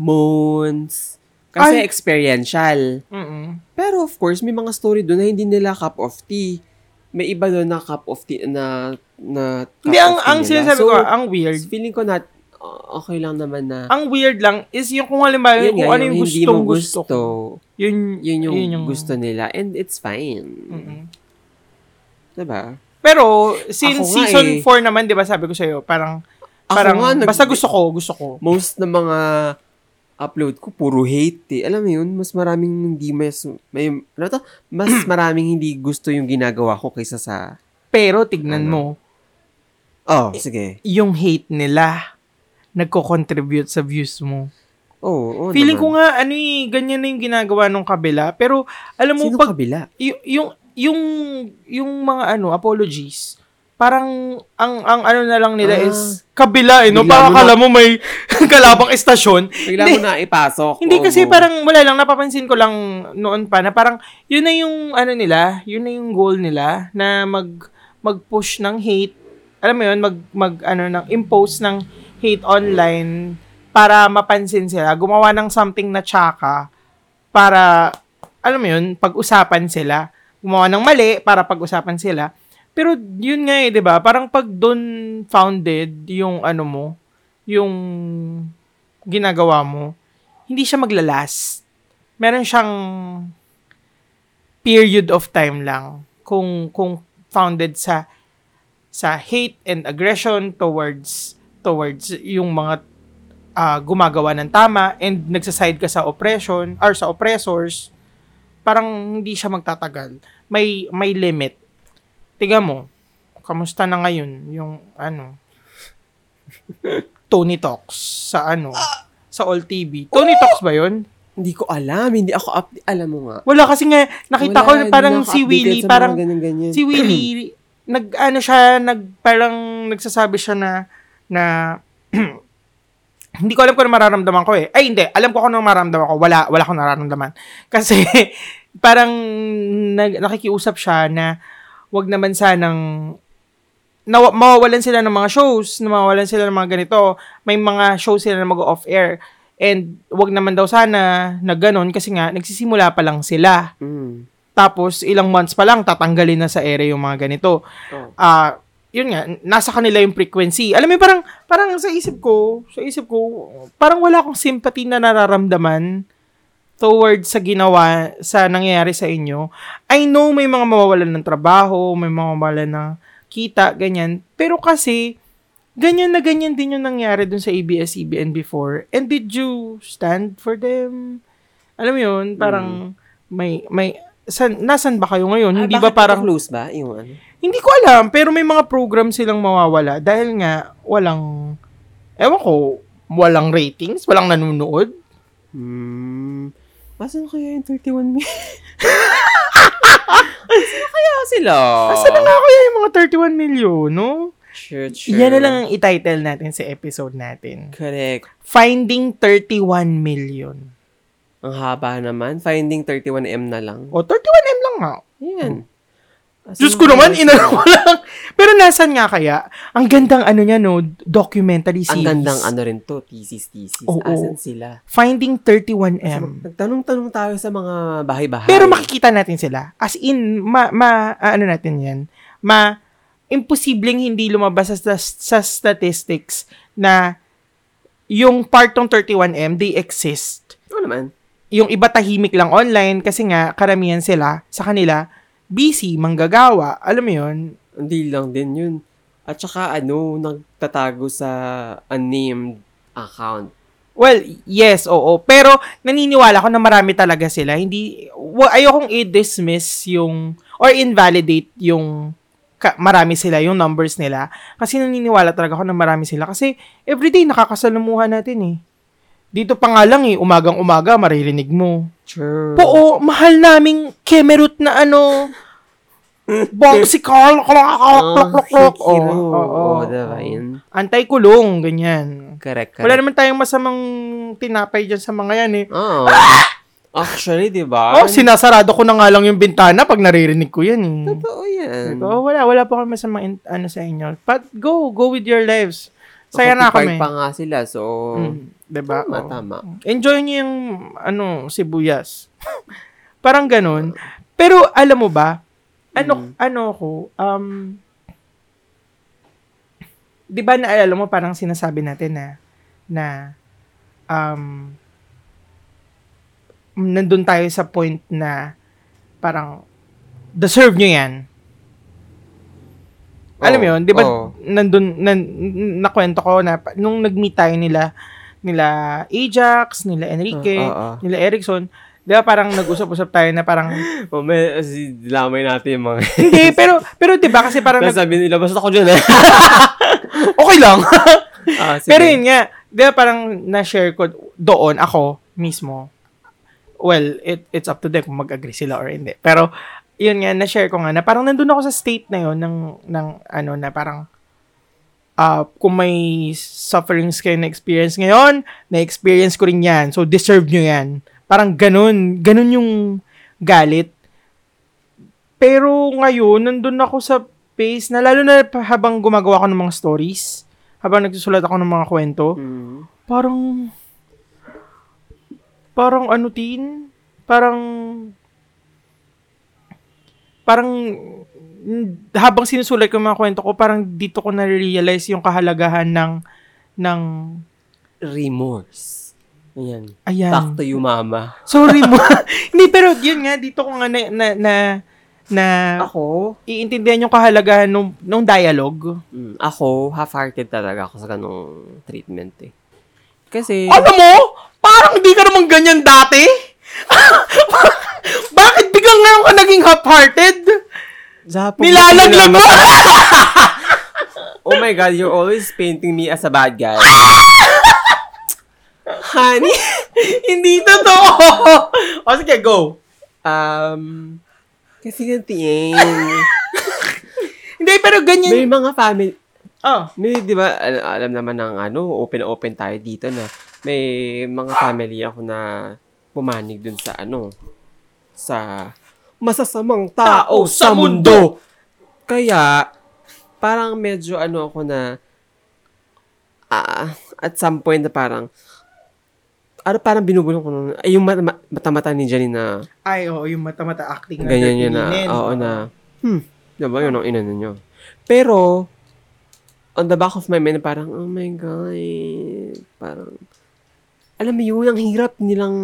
moons kasi Ay. experiential Mm-mm. Pero of course, may mga story doon na hindi nila cup of tea. May iba doon na cup of tea na na cup Hindi, ang, of tea ang nila. sinasabi So, ko, ah, ang weird. feeling ko na uh, okay lang naman na Ang weird lang is yung kung halimbawa, yun kung nga, ano yung hindi gustong mo gusto ko. Yun, Yun yung, gusto nila and it's fine. Mm-mm. Diba? Pero, since Ako nga season eh. 4 naman, di ba sabi ko sa'yo, parang, Ako parang, nga, nag- basta gusto ko, gusto ko. Most ng mga upload ko puro hate eh. Alam mo yun, mas maraming hindi mas may ano to? Mas maraming hindi gusto yung ginagawa ko kaysa sa Pero, tignan mo, Ano? Oh, Eh, sige. yung hate nila, nagko-contribute sa views mo. Oh, oh Feeling ko nga, ano eh, ganyan na yung ginagawa nung kabila. Pero, alam mo, Sino pag, kabila? y- yung, yung, yung mga ano, apologies, parang, ang, ang ano na lang nila Ah. is, kabila eh, no? Bigla mo Parang na- akala mo may kalabang estasyon. Bigla mo Hindi. na ipasok. Oh, Hindi Oo. kasi parang wala lang napapansin ko lang noon pa na parang yun na yung ano nila, yun na yung goal nila na mag mag-push ng hate. Alam mo yun, mag mag ano ng impose ng hate online para mapansin sila, gumawa ng something na tsaka para alam mo yun, pag-usapan sila. Gumawa ng mali para pag-usapan sila. Pero yun nga eh, 'di ba? Parang pag doon founded yung ano mo, yung ginagawa mo, hindi siya maglalast. Meron siyang period of time lang kung kung founded sa sa hate and aggression towards towards yung mga ah, gumagawa ng tama and nagsaside ka sa oppression or sa oppressors parang hindi siya magtatagal may may limit tiga mo kamusta na ngayon yung ano Tony Talks sa ano sa All TV Tony Talks ba yun Hindi ko alam. Hindi ako up... Alam mo nga. wala kasi nga nakita Wala, ko hindi parang ako si updated Willie sa mga parang ganyan-ganyan. si Willie nag ano siya nag parang nagsasabi siya na na hindi ko alam kung ano mararamdaman ko eh. Ay, hindi. Alam ko kung ano mararamdaman ko. Wala, wala akong nararamdaman. Kasi, parang nag, nakikiusap siya na wag naman sanang na, mawawalan sila ng mga shows, na mawawalan sila ng mga ganito. May mga shows sila na mag-off-air. And wag naman daw sana na ganun kasi nga, nagsisimula pa lang sila. Mm. Tapos, ilang months pa lang, tatanggalin na sa ere yung mga ganito Oh. ah, yun nga, nasa kanila yung frequency. Alam mo, yun, parang, parang sa isip ko, sa isip ko, parang wala akong sympathy na nararamdaman towards sa ginawa, sa nangyayari sa inyo. I know may mga mawawalan ng trabaho, may mga mawawalan ng kita, ganyan. Pero kasi, ganyan na ganyan din yung nangyari dun sa ABS-CBN before. And did you stand for them? Alam mo yun, parang may, may, san, nasan ba kayo Ah, ngayon? Hindi ba parang close ba? Yung ano? hindi ko alam, pero may mga program silang mawawala dahil nga walang ewan ko, walang ratings, walang nanonood. Hmm. Asan kaya yung 31 minutes? Asan na kaya Asa sila? na nga kaya yung mga 31 million, no? Sure, sure. Yan na lang ang ititle natin sa episode natin. Correct. Finding 31 million. Ang haba naman. Finding 31M na lang. O, 31M lang nga. Yan. Asan Diyos ko kaya naman, sila? inano ko lang. Pero nasan nga kaya? Ang gandang ano niya, no? Documentary Ang series. gandang ano rin to, thesis, thesis. Oo. Asan sila? Finding 31M. Nagtanong-tanong tayo sa mga bahay-bahay. Pero makikita natin sila. As in, ma, ma ah, ano natin yan, ma, imposibleng hindi lumabas sa, sa statistics na yung part ng 31M, they exist. Oo Ano naman. Yung iba tahimik lang online kasi nga, karamihan sila, sa kanila, busy, manggagawa. Alam mo yun? Hindi lang din yun. At saka ano, nagtatago sa unnamed account. Well, yes, oo. Pero naniniwala ko na marami talaga sila. Hindi wa- ayokong i-dismiss yung or invalidate yung ka- marami sila, yung numbers nila. Kasi naniniwala talaga ako na marami sila. Kasi everyday nakakasalamuha natin eh. Dito pa nga lang eh, umagang-umaga, maririnig mo. Sure. Oo, mahal naming kemerut na ano, boxical, klok, klok, klok, klok, klok. Oo, Ah, oo, Oo, oo. diba yun? Antay-kulong, ganyan. Correct, correct. Wala naman tayong masamang tinapay dyan sa mga yan eh. Oo. Ah. Actually, diba? di ba? Oh, sinasarado ko na nga lang yung bintana pag naririnig ko yan eh. Totoo yan. Sabi ko, "Oh, wala, wala po kami masamang in- ano sa inyo. But go, go with your lives. Saya na Occupied kami. pa nga sila, so... Mm, diba? Tama, Oh. tama. Enjoy nyo yung, ano, sibuyas. Parang ganun. Pero, alam mo ba, ano, ano ko, um, di ba naalala mo, parang sinasabi natin na, na, um, nandun tayo sa point na, parang, deserve nyo yan. Alam mo Oo, yun, diba- di ba, oo. nandun, nan, n- nakwento ko na, pa- nung nag-meet tayo nila, nila Ajax, nila Enrique, Oo, oo. nila Erickson, di ba parang nag-usap-usap tayo na parang, Oh, may, si- lamay natin yung mga... hindi, pero, pero di ba kasi parang, Tapos nag- sabi nila, basta ako dyan eh. okay lang. ah, sige. pero yun nga, di ba parang na-share ko doon, ako mismo, well, it, it's up to them kung mag-agree sila or hindi. Pero, yun nga, na-share ko nga na parang nandun ako sa state na yun ng, ng ano, na parang, ah kung may sufferings kayo na experience ngayon, na-experience ko rin yan. So, deserve nyo yan. Parang ganun. Ganun yung galit. Pero ngayon, nandun ako sa pace na lalo na pa- habang gumagawa ako ng mga stories, habang nagsusulat ako ng mga kwento, Mm. parang parang ano tin parang parang mm, habang sinusulat ko yung mga kwento ko parang dito ko na-realize yung kahalagahan ng ng Remorse. Ayan. ayan Talk to you, mama. sorry mo hindi pero yun nga dito ko nga na na na, na Ako? iintindihan yung kahalagahan nung nung dialogue Mm, ako, half-hearted talaga ako sa ganong treatment eh. Kasi... Ano mo? Parang di ka naman ganyan dati. Bakit biglang ngayon ka naging half-hearted? Zapo, Nilalaglag mo! Oh my God, you're always painting me as a bad guy. Ah! Honey! Hindi totoo! o sige, go. Um... Kasi gantiin. Hindi, pero ganyan. May mga family... Oh. May, di ba, al- alam naman ng ano, open-open tayo dito na may mga family ako na pumanig dun sa ano, sa masasamang tao sa mundo. Kaya, parang medyo ano ako na, ah, at some point na parang, ano parang binubulong ko nun, ay yung mata- mata-mata ni Janine na Ay, oo, yung mata-mata acting na Ganyan dirty yun na. linen. Oo na. Hmm. Diba yun ang inano nyo? Pero, on the back of my mind, parang, oh my God. Parang, alam mo yun, ang hirap nilang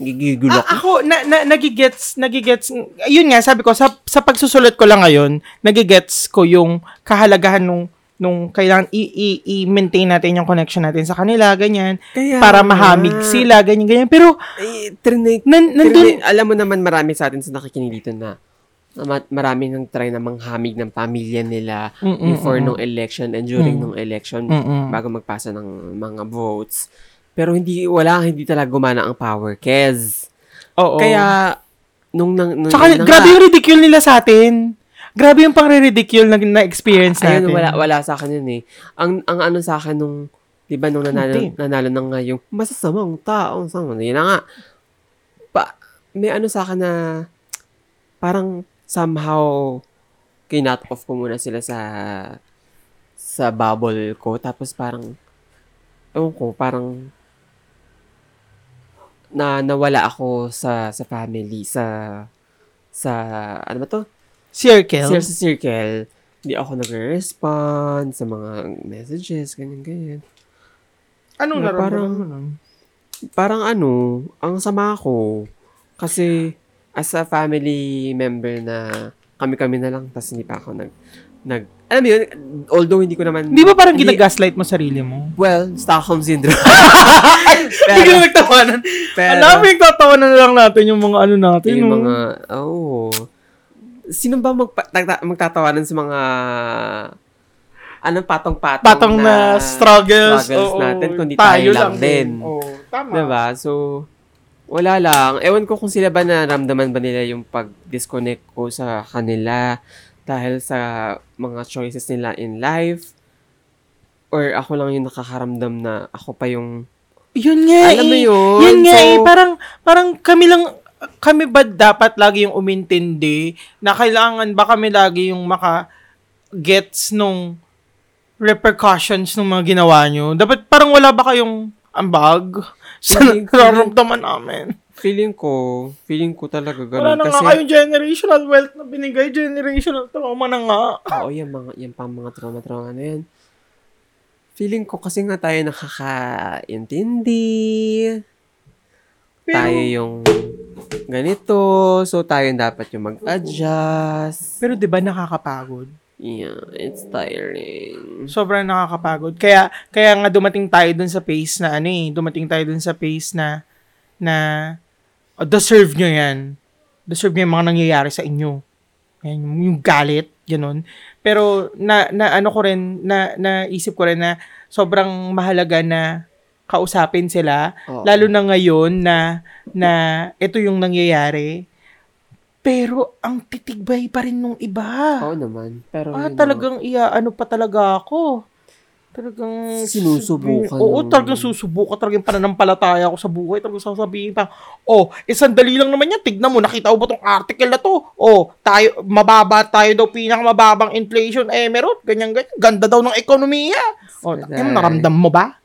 gigigil Ah, ako. ako, na, na, nagigets, nagigets, yun nga, sabi ko, sa, sa pagsusulat ko lang ngayon, nagigets ko yung kahalagahan nung, nung kailangan i- i- i-maintain natin yung connection natin sa kanila, ganyan, Kaya para nga. mahamig sila, ganyan, ganyan. Pero, Ay, trinay, nan, nandun, trinay- alam mo naman marami sa atin sa nakikinig dito na ma- marami nang try na manghamig ng pamilya nila Mm, mm, before mm, nung election and during nung election Mm, mm. bago magpasa ng mga votes. Pero hindi, wala, hindi talaga gumana ang power. Kez, oo. Kaya, nung nang... Nung, Tsaka, nang- grabe yung ridicule nila sa atin. Grabe yung pang-ridicule na, na-experience natin. Ayun, wala, wala sa akin yun eh. Ang, ang ano sa akin nung, di ba nung nanalo, Hindi. nanalo na nga yung masasamang taong sama. Yun na nga. Pa, may ano sa akin na parang somehow kinat off ko muna sila sa sa bubble ko. Tapos parang, ewan ko, parang na nawala ako sa sa family sa sa ano ba to Circle. Sir, sa circle, hindi ako nagre-respond sa mga messages, ganyan-ganyan. Anong Na naramdaman parang- mo nun? Parang ano, ang sama ko. Kasi, as a family member na kami-kami na lang, tas hindi pa ako nag... nag alam mo yun, although hindi ko naman... Di ba parang hindi- ginagaslight mo sarili mo? Well, Stockholm Syndrome. Bigla nagtawanan. Ang dami nagtatawanan na lang natin yung mga ano natin. Yung no? mga, oh. Sino ba magpa- tagta- magtatawanan sa mga anong patong-patong patong na, struggles, struggles oo, natin, kundi tayo, lang, din. Oo, tama. Diba? So, wala lang. Ewan ko kung sila ba naramdaman ba nila yung pag-disconnect ko sa kanila dahil sa mga choices nila in life or ako lang yung nakakaramdam na ako pa yung Yun nga Alam mo eh. yun? Yun nga eh. So- Parang, parang kami lang, kami ba dapat lagi yung umintindi na kailangan ba kami lagi yung maka gets nung repercussions ng mga ginawa nyo? Dapat parang wala ba kayong ambag sa Mali- nararamdaman namin? feeling ko, feeling ko talaga Wala ganun. na nga kayong generational wealth na binigay, generational trauma na nga. Oo, yung mga, yung pang mga trauma-trauma na yan. Feeling ko kasi nga tayo nakakaintindi. Pero- Tayo yung ganito. So, tayo yung dapat yung mag-adjust. Pero 'di ba nakakapagod? Yeah, it's tiring. sobrang nakakapagod. Kaya kaya nga dumating tayo dun sa pace na ano eh, dumating tayo dun sa pace na na oh, deserve nyo yan. Deserve nyo yung mga nangyayari sa inyo. Yan, yung, yung galit, ganun. Pero na, na ano ko rin, na, naisip ko rin na sobrang mahalaga na kausapin sila. Oo. Lalo na ngayon na, na ito yung nangyayari. Pero ang titigbay pa rin nung iba. Oo naman. Pero Ah, yun talagang iya, ano pa talaga ako. Talagang... Sinusubukan Oo, ng- talagang susubukan. Talagang pananampalataya ako sa buhay. Talagang sasabihin pa, oh, isang dali lang naman yan. Tignan mo, nakita mo ba tong article na to? Oh, tayo, mababa tayo daw, pinakamababang inflation, eh, meron, ganyan, ganyan. Ganda daw ng ekonomiya. Oh, Correct. tayo, naramdam mo ba?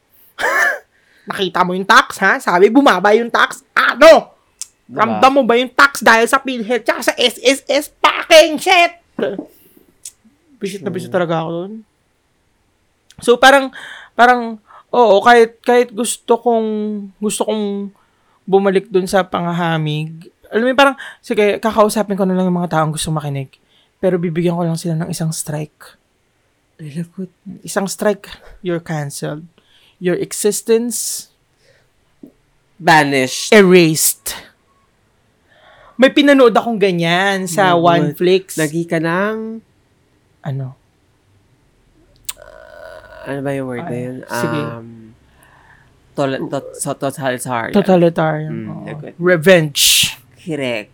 Nakita mo yung tax, ha? Sabi, bumaba yung tax. Ano? Diba? Ramdam mo ba yung tax dahil sa PhilHealth tsaka sa SSS fucking shit? Bisit na bisit talaga ako doon. So parang parang oo kahit kahit gusto kong gusto kong bumalik doon sa panghahamig. Alam mo yun, parang sige kakausapin ko na lang yung mga taong gusto makinig. Pero bibigyan ko lang sila ng isang strike. Ay, lakot. Isang strike, you're cancelled. Your existence Banished. erased. May pinanood akong ganyan sa Nanood. OneFlix. Lagi ka ng... ano? Ano ba yung word na yun? Ay, sige. Um, tol- tot- so- totalitarian. Totalitarian. Mm, oo. nagot. Revenge. Correct.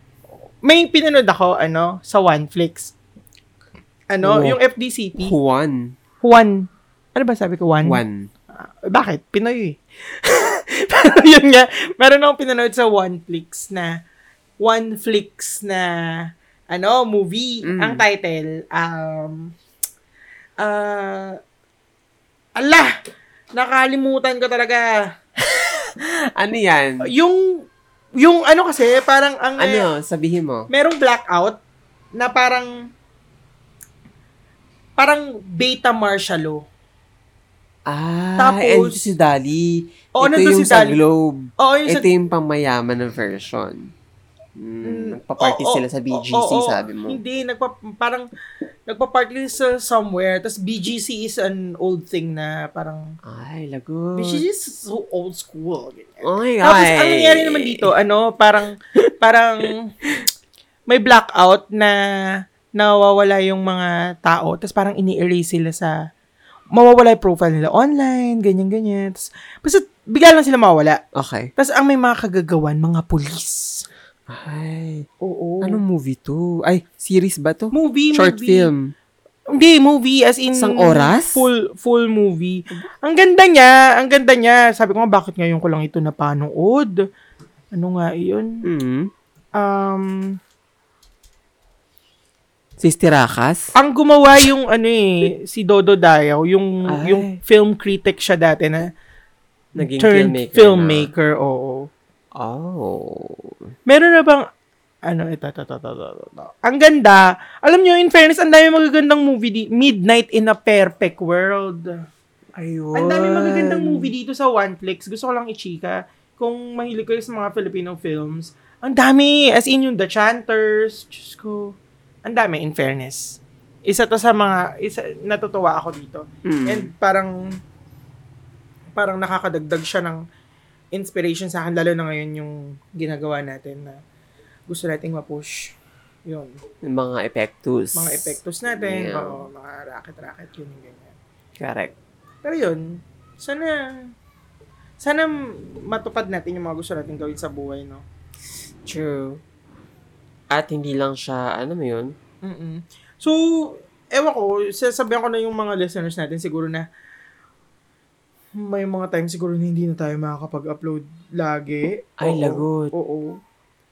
May pinanood ako, ano, sa OneFlix. Ano, Oo. yung FDCP. Juan. Juan. Ano ba sabi ko? Juan? One. Ah, bakit? Pinoy eh. Pero yun nga, meron akong pinanood sa One Flix na One Flix na ano, movie. Mm. Ang title, um, ah, ala, nakalimutan ko talaga. Ano yan? Yung, yung ano kasi, parang ang, Ano? Sabihin mo. merong blackout na parang, parang beta martial law. Ah, Tapos- and ito si Dali. Oo, ito nandun yung ano si sa Dali. Globe. Oo, yung sa- Ito yung pamayaman na version. Mm, Mm, nagpa-party oo, sila sa BGC, oo, Hmm. oo. sabi mo. Hindi, nagpa, parang nagpa-party sa somewhere. Tapos BGC is an old thing na parang... Ay, lagot. BGC is so old school. ganyan. Oh my God. Tapos ang nangyari naman dito, ano, parang... parang may blackout na nawawala yung mga tao. Tapos parang ini-erase sila sa... Mawawala yung profile nila online, ganyan-ganyan. Tapos basta bigla lang sila mawawala. Okay. Tapos ang may mga kagagawan, mga pulis. Ay, Oo. anong movie to? Ay, series ba to? movie, Short movie. film. Hindi, movie as in... Isang oras? Full, full movie. Ang ganda niya, ang ganda niya. Sabi ko nga, bakit ngayon ko lang ito napanood? Ano nga yun? Mm. Um, Sister Akas? ang gumawa yung ano eh, si Dodo Dayaw, yung, Ay. yung film critic siya dati na Naging turned filmmaker. Na. filmmaker, oo. Oh. Meron na bang, ano, ito, ito, ito, ito, ito, ito, ito. Ang ganda. Alam nyo, in fairness, ang dami magagandang movie di Midnight in a Perfect World. Ayun. Ang dami magagandang movie dito sa Oneflix. Gusto ko lang i-chika. Kung mahilig kayo sa mga Filipino films, ang dami. As in yung The Chanters. Diyos ko. Ang dami, in fairness. Isa to sa mga, isa, natutuwa ako dito. Mm. And parang, parang nakakadagdag siya ng inspiration sa akin, lalo na ngayon yung ginagawa natin na gusto nating mapush. Yun. Yung mga epektus. Mga epektos natin, Yeah. oo, mga racket-racket, yun yung ganyan. Correct. Pero yun, sana, sana matupad natin yung mga gusto natin gawin sa buhay, no? True. At hindi lang siya, ano mo yun? mm So, ewan ko, sasabihan ko na yung mga listeners natin siguro na may mga time siguro na hindi na tayo makakapag-upload lagi. Ay, Oo. lagot. Oo.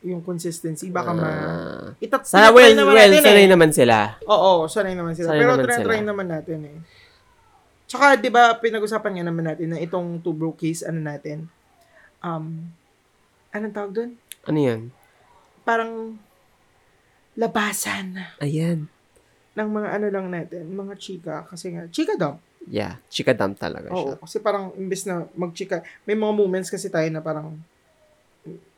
Yung consistency, baka ma... Ah. Itat- Sana, well, itatry naman well, natin sanay eh. naman sila. Oo, sanay naman sila. Sanay Pero naman try, try sila. naman natin eh. Tsaka, di ba, pinag-usapan nga naman natin na itong two bro case, ano natin, um, anong tawag doon? Ano yan? Parang labasan Ayan. ng mga ano lang natin, mga chika. Kasi nga, chika daw. Yeah. Chika dump talaga siya. Oo, kasi parang imbes na magchika, may mga moments kasi tayo na parang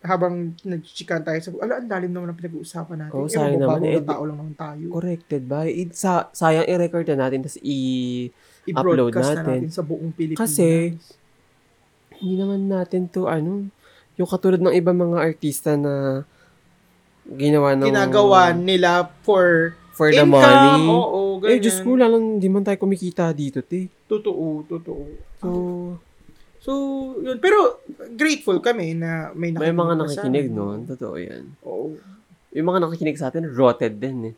habang nagchikan tayo sa ala ang lalim naman ang pinag-uusapan natin. Oo, Eh, sayang naman. magbabagong Eh, tao lang naman tayo. Corrected ba? I- sa- sayang i-record na natin tapos i- I-broadcast upload na natin. natin sa buong Pilipinas. Kasi, hindi naman natin to ano, yung katulad ng iba mga artista na ginawa ng ginagawa nila for Ano? for the income. money. Oo, ganyan. eh, Diyos ko, lang, hindi man tayo kumikita dito, te. Totoo, totoo. So, So, yun. Pero, grateful kami na may may mga ka sa nakikinig amin. noon. Totoo yan. Oo. Yung mga nakikinig sa atin, rotted din eh.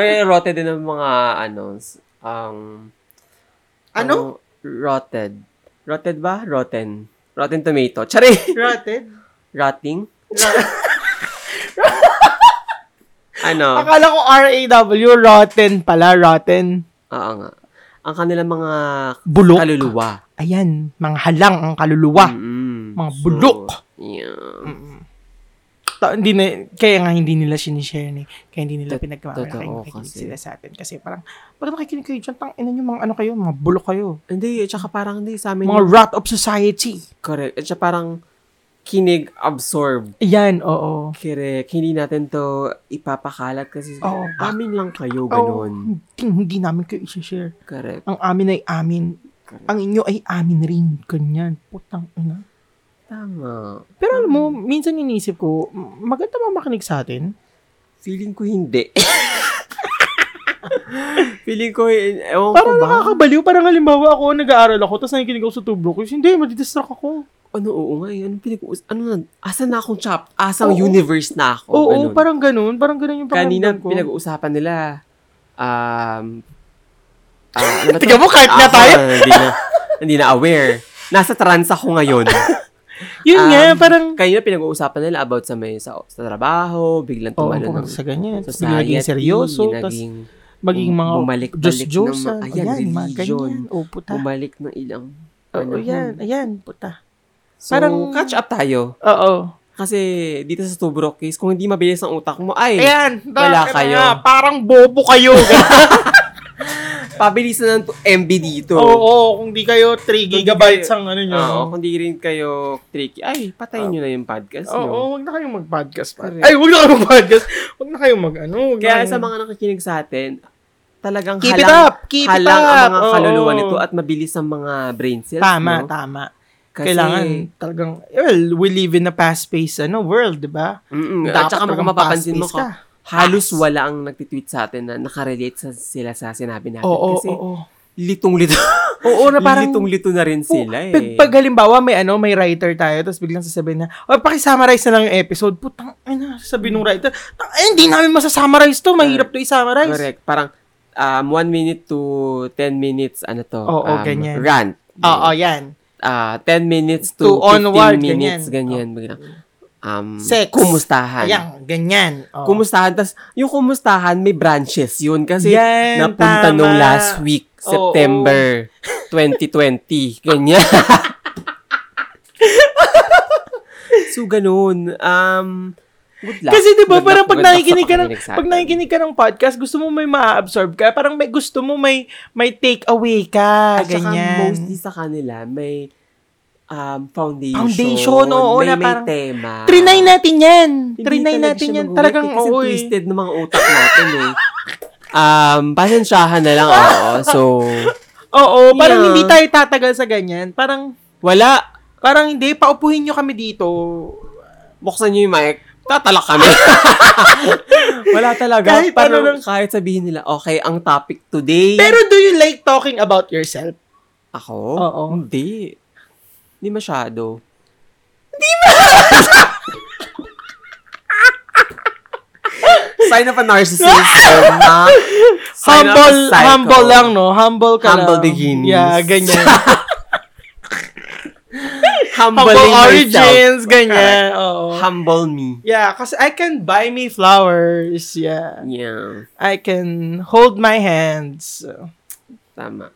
Ay, rotted din ang mga, ano, s- ang Ano? Rotted. Rotted ba? Rotten. Rotten tomato. Tsari! Rated? Rotting? Ano? Akala ko RAW, rotten pala, rotten. Oo nga. Ang kanilang mga Bulok. kaluluwa. Ayan, mga halang ang kaluluwa. Hmm. Mm-mm. Mga bulok. So, yeah. Ta- hindi na, kaya nga hindi nila sinishare ni, kaya hindi nila Tot- pinagkakala kaya totoo nakikinig kasi. sila sa atin. Kasi parang, bakit nakikinig kayo dyan? Tang, ina nyo, mga ano kayo, mga bulok kayo. Hindi, at saka parang hindi sa amin. Mga rat of society. correct. At saka parang kinig absorb. Ayan, oo. Correct. Hindi natin to ipapakalat kasi Oo. amin lang kayo, Oo, ganun. hindi, hindi namin kayo isishare. Correct. Ang amin ay amin. Ang inyo ay amin rin. Ganyan. Putang ina. Tama. Pero alam mo, minsan iniisip ko, m- maganda ba makinig sa atin? Feeling ko hindi. Feeling ko, eh, ewan ko Parang ba? nakakabaliw. Parang halimbawa ako, nag-aaral ako, tapos nakikinig ako sa two brokers. Hindi, madidistract ako. Ano, oo nga, eh. ano pinag-uus? Ano na? Asan na akong chap? Asang Oo. universe na ako? Oo, Ganun. parang ganun. Parang ganun yung Kanina pakiramdam ko. pinag-uusapan nila um, ah, ano ba to? Tiga mo, kahit na Ako, tayo. ah, hindi na, hindi na aware. Nasa trans ako ngayon. Yun nga, Um, parang... Kanina pinag-uusapan nila about sa may sa, sa trabaho, biglang Oo, tumalo kung ng sa ganyan. Tapos Ano society, naging seryoso. ah. Tapos naging maging mga bumalik-balik Diyos-Diyosan. ng mga- Ayan, ayan, mga religion. ganyan. O, puta. bumalik ng ilang. Oo, panahon. yan. Ayan, puta. So, Parang- catch up tayo. Oo. Kasi dito sa Tubrok case, kung hindi mabilis ang utak mo, ay, Ayan. Eh, Wala bakit kayo. nga, Parang bobo kayo. pabilisan ng tu- MB dito. Oo, oo, kung di kayo 3 di gigabytes kayo- Ah, ang ano nyo. Oo, kung di rin kayo tricky, ay, patayin nyo na yung podcast Ah. Oo, nyo. oh, wag na kayong mag-podcast. pare. Correct. Ay, wag na kayong mag-podcast. Wag na kayong mag-ano. wag na Kaya kayong- sa mga nakikinig sa atin, talagang Keep it halang, up! Keep it halang up! ang mga Oo. kaluluwa nito at mabilis ang mga brain cells. Tama, no? tama. Kasi, Kailangan talagang, well, we live in a fast-paced ano, world, di ba? Mm-mm. At saka kung mapapansin mo, fast-paced ka, halos wala ang nagtitweet sa atin na nakarelate sa, sila sa sinabi natin. Oo, oo, kasi oo. litong-lito. Oo, na parang, litong-lito na rin sila Oh, eh. pag, pag halimbawa, may ano, may writer tayo, tapos biglang sasabihin na, oh, pakisummarize na lang yung episode. Putang, ano, sabi nung writer, "Tang- ay, hindi namin masasummarize to, mahirap to isummarize. Mm. Correct. Parang um, 1 minute to 10 minutes, ano to? Oo, um, ganyan. Rant. Oo, yan. Ah, 10 minutes To to, 15 onward, minutes, ganyan. ganyan. bigla. Um, Sex. Kumustahan. Ayan, ganyan. Oo. Kumustahan. Tapos, yung kumustahan, may branches yun. Kasi, Yan, napunta tama. nung last week, Oo. September 2020. Ganyan. so, ganun. Um, good luck. Kasi di ba Good parang luck, pag good luck sa nakikinig ka ng pakikinig sa pag atin. nakikinig ka ng podcast, gusto mo may ma-absorb ka, parang may gusto mo may may take away ka, At saka ganyan. mostly sa kanila, may um, foundation. Foundation, oo, may, na may parang- tema. Trinay natin 'yan. Hindi Trinay talaga natin siya 'yan. mag-work Talagang eh, Kasi oo. eh. twisted ng mga utak natin eh. Um, pasensyahan na lang, oo. So, Oo, parang Yeah. hindi tayo tatagal sa ganyan. Parang wala. parang hindi paupuhin nyo kami dito. Buksan niyo yung mic. Tatalak kami. wala talaga. Kahit ano parang, lang. kahit sabihin nila, okay, ang topic today. Pero do you like talking about yourself? Ako? Oo. Hindi. Hindi masyado. Hindi Sign of a narcissist. ma. Sign of a Humble, psycho. humble lang, no? Humble ka Humble lang. beginnings. Yeah, ganyan. Humble humble origin. origins, ganyan. Oo. Humble me. Yeah, kasi I can buy me flowers. Yeah. Yeah. I can hold my hands. So. Tama.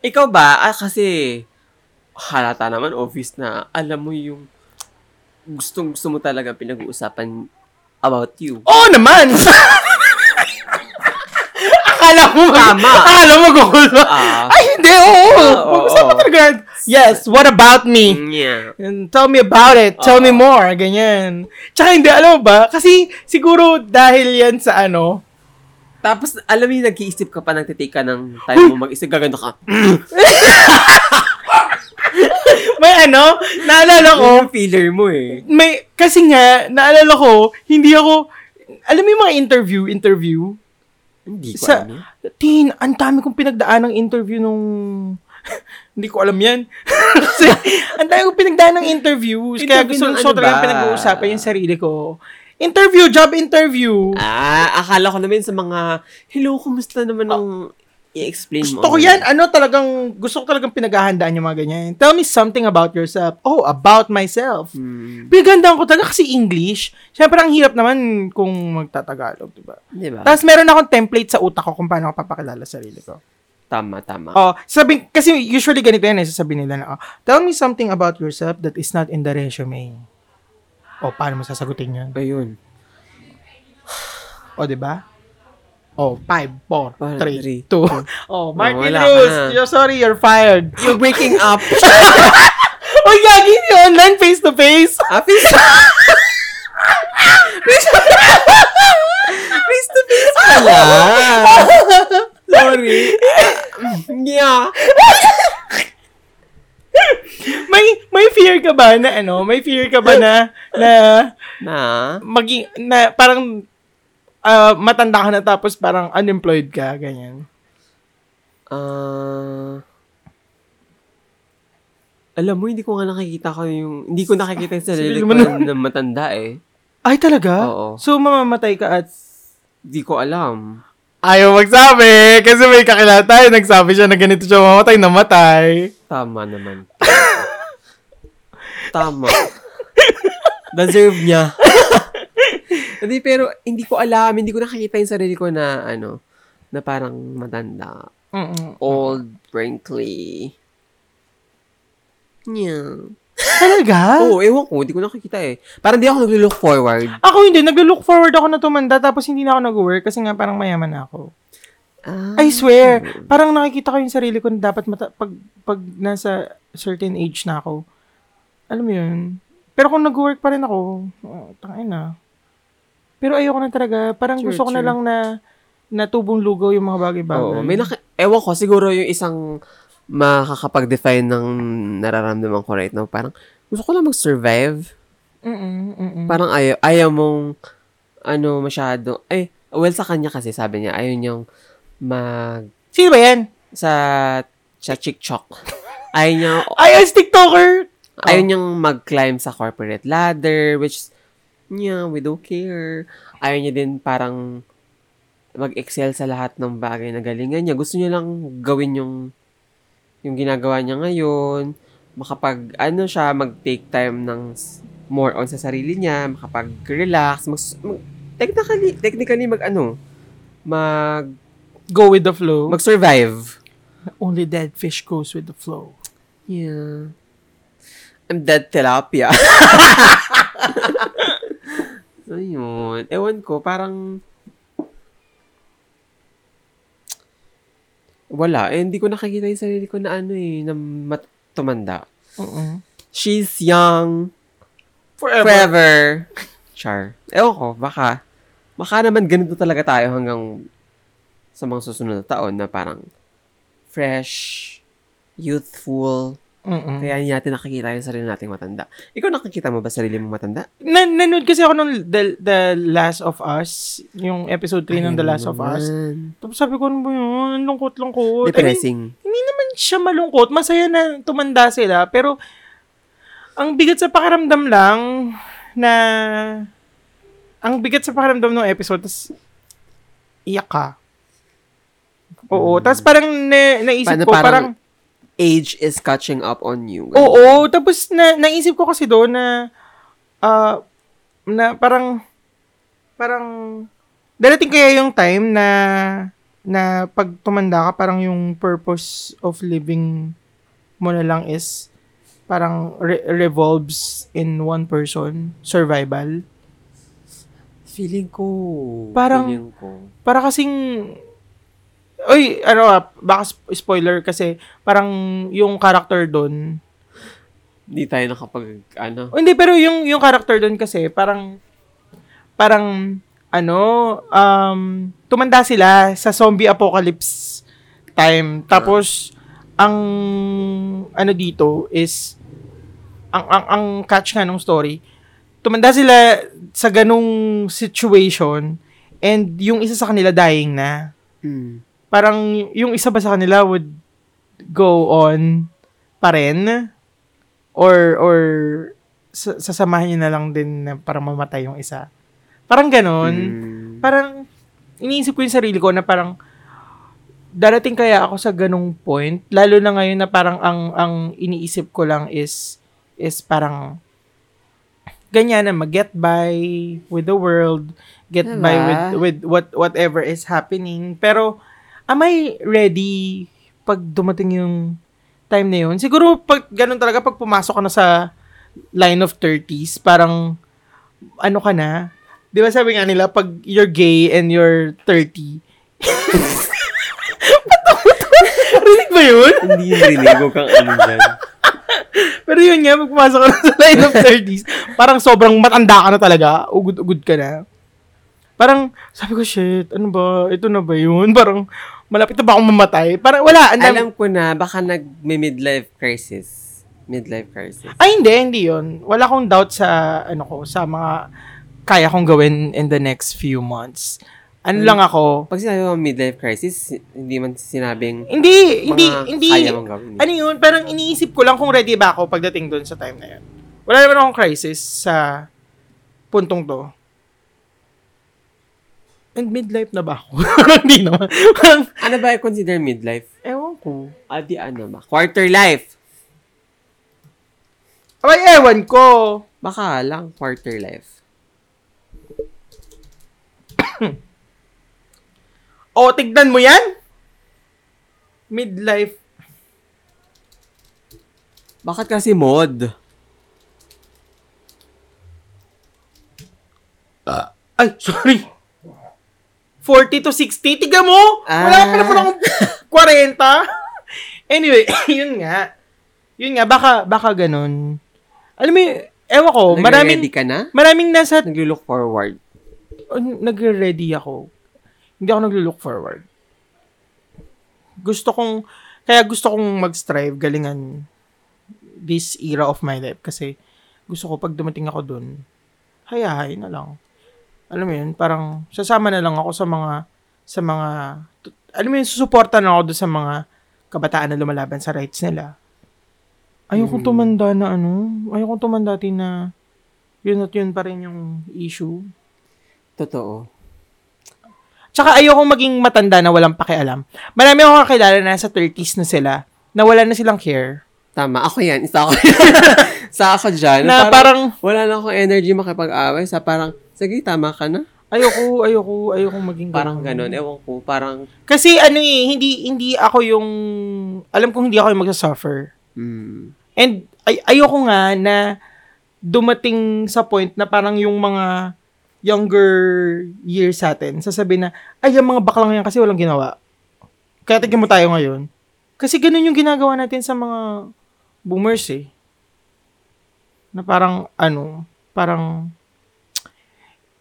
Ikaw ba? Ah, kasi halata naman obvious na alam mo yung gustong gusto mo talaga pinag-uusapan about you. Oo Oh, naman! akala mo mag- Tama. Akala mo gugulo. Ah. Ay, hindi. Oo. oo, Pag-usapan oo. talaga. Yes, what about me? Yeah. And tell me about it. Tell me more. Ganyan. Tsaka hindi, alam mo ba? Kasi siguro dahil yan sa ano, Tapos, alam mo yung nag-iisip ka pa, nagtitake ka ng time mo mag-isip, gaganda ka. may ano, naalala ko, Yun yung feeler mo eh. may, kasi nga, naalala ko, hindi ako, alam mo yung mga interview, interview, Hindi ko sa, alam. eh. tin, ang dami kong pinagdaan ng interview nung, hindi ko alam yan. Kasi, ang dami kong pinagdaan ng interviews, kaya Interview ng gusto ko ano talaga ba? pinag-uusapan yung sarili ko. Interview, job interview. Ah, akala ko naman sa mga, hello, kumusta naman ang i-explain mo. Ah. Gusto ko yan, ano talagang, gusto ko talagang pinaghahandaan yung mga ganyan. Tell me something about yourself. Oh, about myself. Hmm, Pinagandaan ko talaga kasi English. Siyempre, ang hirap naman kung magtatagalog, diba? di ba? di ba? Ah. Tapos meron akong template sa utak ko kung paano ako papakilala sa sarili ko. Tama, tama. Oh, sabi kasi usually ganito yan, eh, sasabihin nila na, oh, tell me something about yourself that is not in the resume. O, paano mo sasagutin yan? Ayun. O, di ba? O, 5, Four, 4, three, Hmm. Oh, 3, 2. O, Martin wala ka Rose, na. you're sorry, you're fired. You're breaking up. Uy, gagi niyo, online face-to-face. Ah, face face to face pala. Sorry. yeah. may, may fear ka ba na ano? May fear ka ba na, na, Na? maging, na parang, ah, matanda ka na tapos parang unemployed ka, ganyan. Ah. alam mo, hindi ko nga nakikita ko yung... Hindi ko nakikita yung sarili Sarili ko mo na matanda eh. Ay, talaga? Oo. So, mamamatay ka at... Di ko alam. Ayaw magsabi! Kasi may kakilala tayo. Nagsabi siya na ganito siya mamatay, namatay. Tama naman. Tama. Deserve niya. hindi, pero hindi ko alam. Hindi ko nakikita yung sarili ko na, ano, na parang matanda. Mm-mm. Old, wrinkly. Yeah. Talaga? Oo, oh, ewan ko. Hindi ko nakikita eh. Parang hindi ako nag-look forward. Ako hindi, nag-look forward ako na tumanda tapos hindi na ako nag-work kasi nga parang mayaman na ako. Ah, I swear, parang nakikita ko yung sarili ko na dapat mata- pag, pag nasa certain age na ako. Alam mo yun? Pero kung nag-work pa rin ako, oh, tangay na. Pero ayoko na talaga. Parang True, gusto ko na true. lang na natubong lugaw yung mga bagay-bagay. Oo, may naki- ewan ko, siguro yung isang makakapag-define ng nararamdaman ko right now, parang gusto ko lang mag-survive. Mm-mm, mm-mm. Parang ayaw, ayaw mong, ano, masyado, ay, well, sa kanya kasi, sabi niya, ayaw niyang mag, Sino ba yan? sa, sa chick-chok. Ayaw niya, Ay, as TikToker! ayaw niyang mag-climb sa corporate ladder, which, yeah, we don't care. Ayaw niya din parang mag-excel sa lahat ng bagay na galingan niya. Gusto niya lang gawin yung yung ginagawa niya ngayon, makapag, ano siya, mag-take time ng s- more on sa sarili niya, makapag-relax, mag, mag- technically, technically mag, ano, mag, Go with the flow. mag-survive. Only dead fish goes with the flow. Yeah. I'm dead tilapia. so, yun. Ewan ko, parang... Wala. Eh, hindi ko nakikita yung sarili ko na ano eh, na mat- tumanda. Mm-mm. She's young Forever. forever. Char. Ewan ko, baka. Baka naman ganito talaga tayo hanggang sa mga susunod na taon na parang fresh, youthful, Mm-mm. kaya hindi natin nakikita yung sarili nating matanda. Ikaw nakikita mo ba sarili mong matanda? na, nanood kasi ako ng The, The Last of Us, yung episode 3 ng The Last of Us. Tapos sabi ko, ano ba yun? Ang lungkot-lungkot. I mean, Depressing. hindi naman siya malungkot. Masaya na tumanda sila. Pero, ang bigat sa pakiramdam lang na ang bigat sa pakiramdam ng episode, tas iyak ka. Oo. Tapos parang na, naisip Paano ko, parang- parang Age is catching up on you. Oo, tapos na naisip ko kasi doon na ah, na parang parang darating kaya yung time na na pag tumanda ka parang yung purpose of living mo na lang is parang re- revolves in one person, survival. Feeling ko. Parang- Feeling ko. Para kasing Oy, ano ah, baka sp- spoiler kasi parang yung character doon Hindi tayo nakapag, ano. Oh, Hindi, pero yung yung character doon kasi parang parang ano, um, tumanda sila sa zombie apocalypse time. Tapos ang ano dito is ang ang, ang catch nga nung story, tumanda sila sa ganung situation and yung isa sa kanila dying na. Hmm. Mm. Parang yung isa ba sa kanila would go on pa rin or or sa- sasamahan niya na lang din na parang mamatay yung isa. Parang ganun. Mm. Parang iniisip ko yung sarili ko na parang darating kaya ako sa ganung point lalo na ngayon na parang ang ang iniisip ko lang is is parang ganyan na mag-get by with the world, get Diba? by with with what whatever is happening. Pero am I ready pag dumating yung time na yun? Siguro pag ganun talaga pag pumasok ka na sa line of 30s, parang ano ka na? 'Di ba sabi nga nila pag you're gay and you're 30. Patungtong. Rinig ba yun? Hindi rinig ko kang ano dyan. Pero yun nga, pag pumasok ka na sa line of 30s, parang sobrang matanda ka na talaga. Ugod-ugod ka na. Parang, sabi ko, shit, ano ba? Ito na ba yun? Parang, malapit na ba akong mamatay? Parang, wala. Ang dami- Alam ko na, baka nag-midlife crisis. Midlife crisis. Ay, hindi, hindi yun. Wala akong doubt sa, ano ko, sa mga kaya kong gawin in the next few months. Hmm. Ano lang ako, Pag sinabi mo midlife crisis, hindi man sinabing hindi, hindi, mga hindi. kaya mong gawin. Ano yun, parang iniisip ko lang kung ready ba ako pagdating doon sa time na yun. Wala naman akong crisis sa puntong to, and midlife na ba ako? Hindi naman. Parang, Ano ba yung consider midlife? ewan ko. Adi ano ba? Quarter life. Ay, ewan ko. Baka lang quarter life. O, tignan mo yan? Midlife. Bakit kasi mod? Ay, sorry. 40 to 60. Tiga mo! Ah. Wala pala pala akong 40. anyway, yun nga. Yun nga, baka, baka ganun. Alam mo, yun, ewan ko, maraming, Nag-ready ka na? maraming nasa, Oh, Naglo-look forward. oh, nag-ready ako. Hindi ako nag-look forward. Gusto kong, kaya gusto kong mag-strive, galingan this era of my life kasi gusto ko pag dumating ako dun, hayahay na lang. Alam mo yun, parang sasama na lang ako sa mga, sa mga, t- alam mo yun, susuporta na ako dun sa mga kabataan na lumalaban sa rights nila. Ayokong tumanda na ano, ayokong tumanda din na yun at yun pa rin yung issue. Totoo. Tsaka ayoko maging matanda na walang pakialam. Marami akong kakilala na sa 30s na sila, na wala na silang care. Tama. Ako yan. Isa ako. Sa ako dyan. Na parang, wala na akong energy makipag-away. Sa parang, sige, tama ka na. ayoko, ayoko, ayoko maging Parang ganun. ganun. Ewan ko. Parang, Kasi ano eh, hindi, hindi ako yung, alam kong hindi ako yung magsasuffer. mm, And ay, ayoko nga na dumating sa point na parang yung mga younger years sa atin, sasabihin na, ay, yung mga bakla ngayon kasi walang ginawa. Kaya tignan mo tayo ngayon. Kasi ganun yung ginagawa natin sa mga boomers eh. Na parang, ano, parang,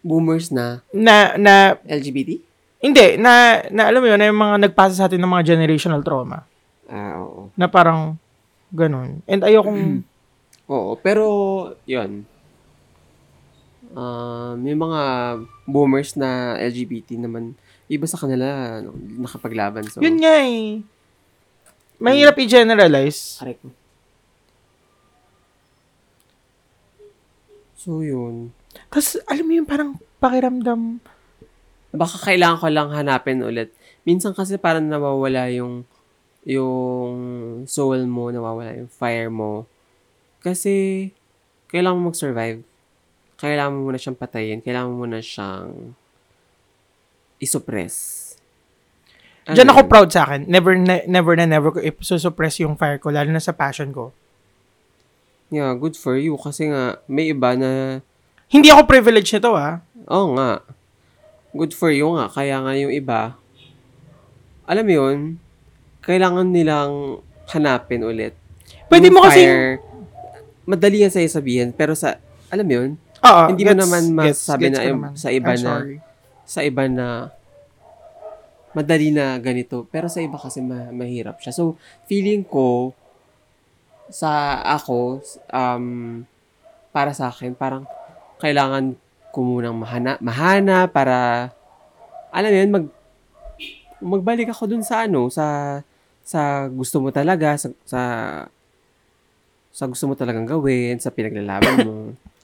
boomers na na, na, LGBT? hindi, na, na alam mo yun, na yung mga nagpasa sa atin ng mga generational trauma. Ah, oo. Na parang, ganun. And ayokong, Oo. Pero, yun. Um, yung mga boomers na LGBT naman, iba sa kanila ano, nakapaglaban. So, Yun nga eh. Mahirap i-generalize. Aray ko. So, yun. Tapos, alam mo yun, parang pakiramdam. Baka kailangan ko lang hanapin ulit. Minsan kasi parang nawawala yung yung soul mo, nawawala yung fire mo. Kasi, kailangan mo mag-survive. Kailangan mo muna siyang patayin. Kailangan mo muna siyang isuppress. Ano Diyan ako yun? proud sa akin. Never na never na never ko isusuppress yung fire ko, lalo na sa passion ko. Yeah, good for you. Kasi nga, may iba na Hindi ako privileged nito ah. Oo nga. Good for you nga. Kaya nga yung iba, alam mo yun, kailangan nilang hanapin ulit. Pwede mo kasi- fire, Madali yan sa'yo sabihin, pero sa, alam mo yun, Oo, Hindi mo gets- naman gets- masabi gets na ko yung- naman. sa iba I'm na- sorry. sa iba na madali na ganito, pero sa iba kasi ma- mahirap siya. So, feeling ko, sa ako, s- um, para sa akin, parang kailangan ko munang mahana, mahana para, alam mo yun, mag, magbalik ako dun sa ano, sa, sa gusto mo talaga, sa, sa, sa gusto mo talagang gawin, sa pinaglalaban mo.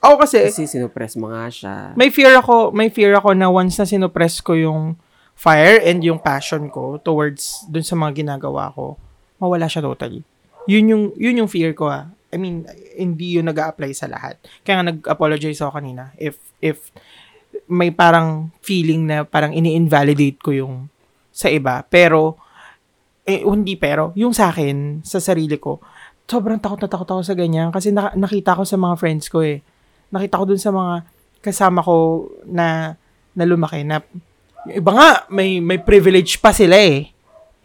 Ako kasi, Kasi sinupress mo nga siya. may fear ako, may fear ako na once na sinuppress ko yung fire and yung passion ko towards dun sa mga ginagawa ko, mawala siya totally. Yun yung, yun yung fear ko ah. I mean, hindi yun nag apply sa lahat. Kaya nga nag-apologize ako kanina if, if may parang feeling na parang ini-invalidate ko yung sa iba. Pero, eh, hindi pero, yung sa akin, sa sarili ko, sobrang takot na takot ako sa ganyan kasi naka- nakita ko sa mga friends ko eh. Nakita ko dun sa mga kasama ko na na lumaki na yung iba nga may may privilege pa sila eh.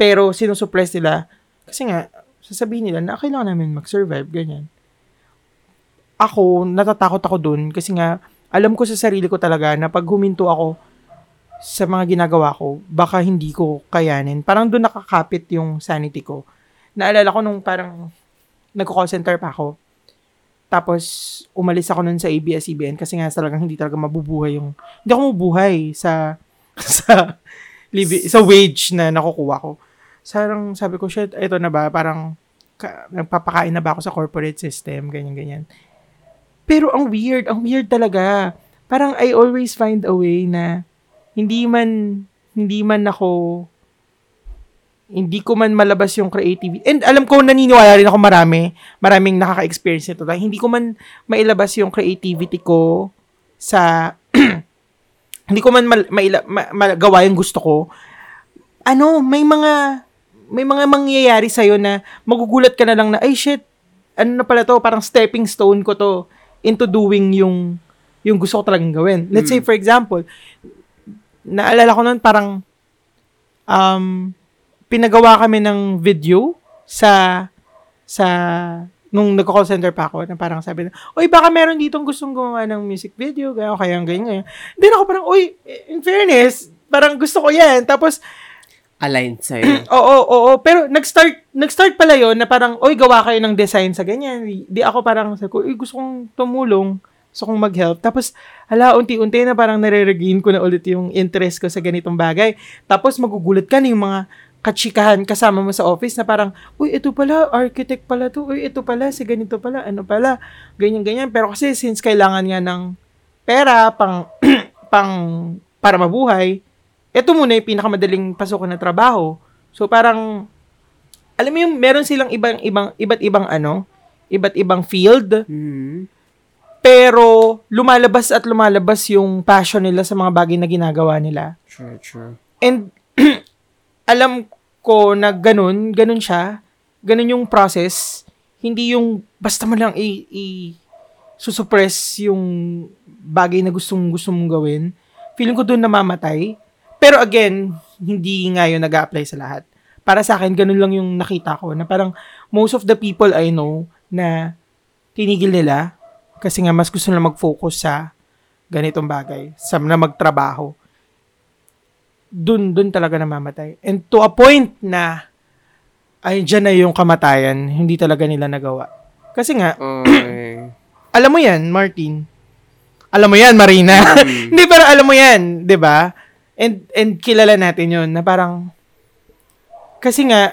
Pero sinusuppress nila kasi nga sasabihin nila na "Ah, kailangan namin mag-survive ganyan. Ako natatakot ako dun kasi nga alam ko sa sarili ko talaga na pag huminto ako sa mga ginagawa ko, baka hindi ko kayanin. Parang doon nakakapit yung sanity ko. Naalala ko nung parang nagko-call center pa ako. Tapos, umalis ako nun sa ABS-CBN kasi nga talagang hindi talaga mabubuhay yung... Hindi ako mabubuhay sa... sa, libi, sa wage na nakukuha ko. Sarang sabi ko, shit, ito na ba? Parang ka, nagpapakain na ba ako sa corporate system? Ganyan, ganyan. Pero ang weird, ang weird talaga. parang I always find a way na hindi man hindi man ako hindi ko man malabas yung creativity. And alam ko, naniniwala rin ako marami, maraming nakaka-experience nito. Dahil Hindi ko man mailabas yung creativity ko sa, hindi ko man mal, maila, ma- magawa yung gusto ko. Ano, may mga, may mga mangyayari sa'yo na magugulat ka na lang na, ay shit, ano na pala to, parang stepping stone ko to into doing yung, yung gusto ko talagang gawin. Let's say, for example, naalala ko noon parang, um, pinagawa kami ng video sa sa nung nagko-call center pa ako na parang sabi na, "Oy, baka meron ditong gustong gumawa ng music video, kaya kaya ganyan." ganyan." Then ako parang, "Oy, in fairness, parang gusto ko 'yan." Tapos Align sa'yo. Oo, oo, oo. Pero nag-start, nag-start pala yon na parang, oy, gawa kayo ng design sa ganyan. Di ako parang, sabi ko, "Uy, gusto kong tumulong. Gusto kong mag-help. Tapos, ala, unti-unti na parang nare-regain ko na ulit yung interest ko sa ganitong bagay. Tapos, magugulat ka na yung mga katsikahan kasama mo sa office na parang, uy, ito pala, architect pala to, uy, ito pala, si ganito pala, ano pala, ganyan-ganyan. Pero kasi, since kailangan nga ng pera, pang, pang, para mabuhay, ito muna yung pinakamadaling pasukan na trabaho. So parang alam mo yung meron silang ibang ibang iba't ibang ano, iba't ibang field Hmm. pero lumalabas at lumalabas yung passion nila sa mga bagay na ginagawa nila. True, true. And alam ko na ganun, ganun siya. Ganun yung process. Hindi yung basta mo lang i, i- susuppress yung bagay na gustong gusto mong gawin. Feeling ko doon namamatay. Pero again, hindi nga yun nag apply sa lahat. Para sa akin, ganun lang yung nakita ko. Na parang most of the people I know na tinigil nila kasi nga mas gusto nila mag-focus sa ganitong bagay. Sa na magtrabaho dun, dun talaga namamatay. And to a point na, ay, dyan na yung kamatayan, hindi talaga nila nagawa. Kasi nga, Okay. alam mo yan, Martin. Alam mo yan, Marina. Hindi, pero alam mo yan, di ba? And, and kilala natin yun, na parang, kasi nga,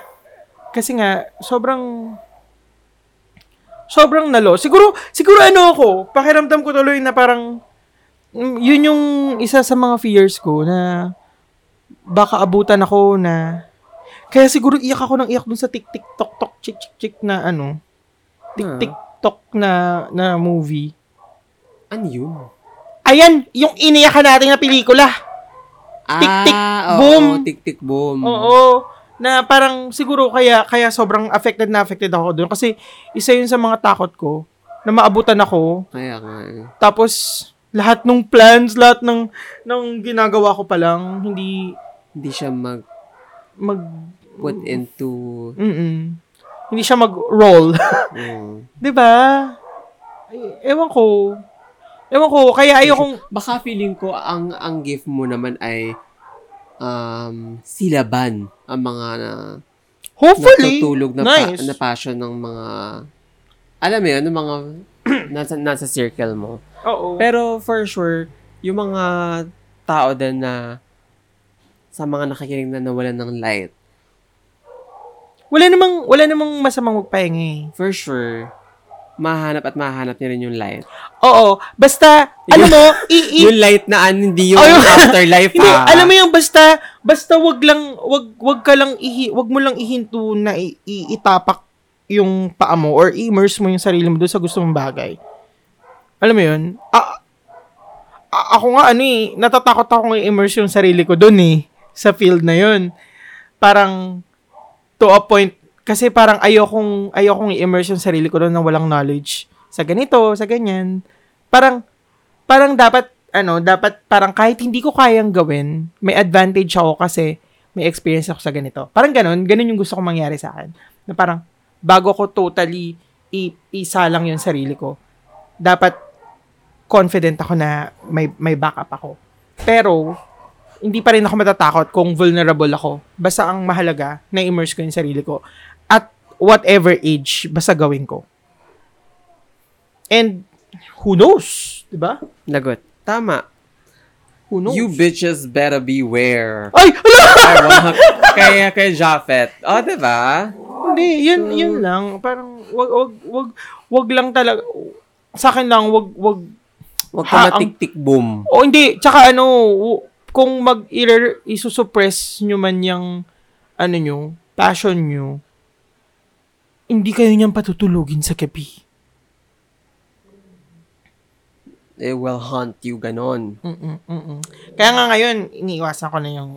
kasi nga, sobrang, sobrang nalo. Siguro, siguro ano ako, pakiramdam ko tuloy na parang, mm, yun yung isa sa mga fears ko na baka abutan ako na, kaya siguro iyak ako ng iyak dun sa tik-tik-tok-tok, chik-chik-chik na Ah. ano, tik-tik-tok na, na movie. Ano yun? Ayan, yung iniyakan natin na pelikula. Tik-tik, Ah, oo, boom. Tik-tik, boom. Oo. Na parang siguro kaya kaya sobrang affected na affected ako doon kasi isa 'yun sa mga takot ko na maabutan ako Kaya nga. eh. tapos lahat ng plans, lahat ng ng ginagawa ko pa lang hindi Hindi siya mag-put mag into... mm hindi siya mag-roll. Oo. 'Di ba? Ay, Ewan ko. Ewan ko kaya ayokong Baka feeling ko ang ang gift mo naman ay um, silaban ang mga na, hopefully natutulog na, pa- nice. na passion ng mga alam mo yun, ng mga nasa, nasa circle mo. Oo. Pero for sure, yung mga tao din na sa mga nakikinig na nawalan ng light, Wala namang wala namang masamang magpahinga. eh. for sure, mahanap at mahanap niya rin yung light. Oo, basta ano Yun- mo, i- i- yung light na ano, hindi yung Oh, yung- afterlife, Hindi, ah. alam mo yung basta basta wag lang wag wag ka lang ihi, wag mo lang ihinto na i, i- itapak yung paa mo or immerse mo yung sarili mo doon sa gusto mong bagay. Alam mo yun? A- a- ako nga ano eh, natatakot ako i-immerse yung sarili ko doon eh sa field na yun. Parang to a point kasi parang ayokong ayokong i-immerse yung sarili ko doon na walang knowledge sa ganito, sa ganyan. Parang parang dapat, ano, dapat parang kahit hindi ko kayang gawin, may advantage ako kasi may experience ako sa ganito. Parang ganun, ganun yung gusto kong mangyari sa akin. Na parang, bago ko totally i- isalang yung sarili ko, dapat confident ako na may, may backup ako. Pero, hindi pa rin ako matatakot kung vulnerable ako. Basta ang mahalaga, na-immerse ko yung sarili ko. At whatever age, basta gawin ko. And, who knows? 'di ba? Lagot. Tama. Who knows? You bitches better beware. Ay! Ala! Ay, wag. kaya kay Jafet. O, oh, diba? Hindi, yun, yun lang. Parang, wag, wag, wag, wag lang talaga. Sa akin lang, wag, wag, Huwag Ha, ka ang- matik-tik boom. O hindi, tsaka ano, w- kung mag isusuppress nyo man yung, ano nyo, passion nyo, hindi kayo niyang patutulugin sa gabi. They will haunt you, ganon. Mm-mm, mm-mm. Kaya nga ngayon, iniiwasan ko na yung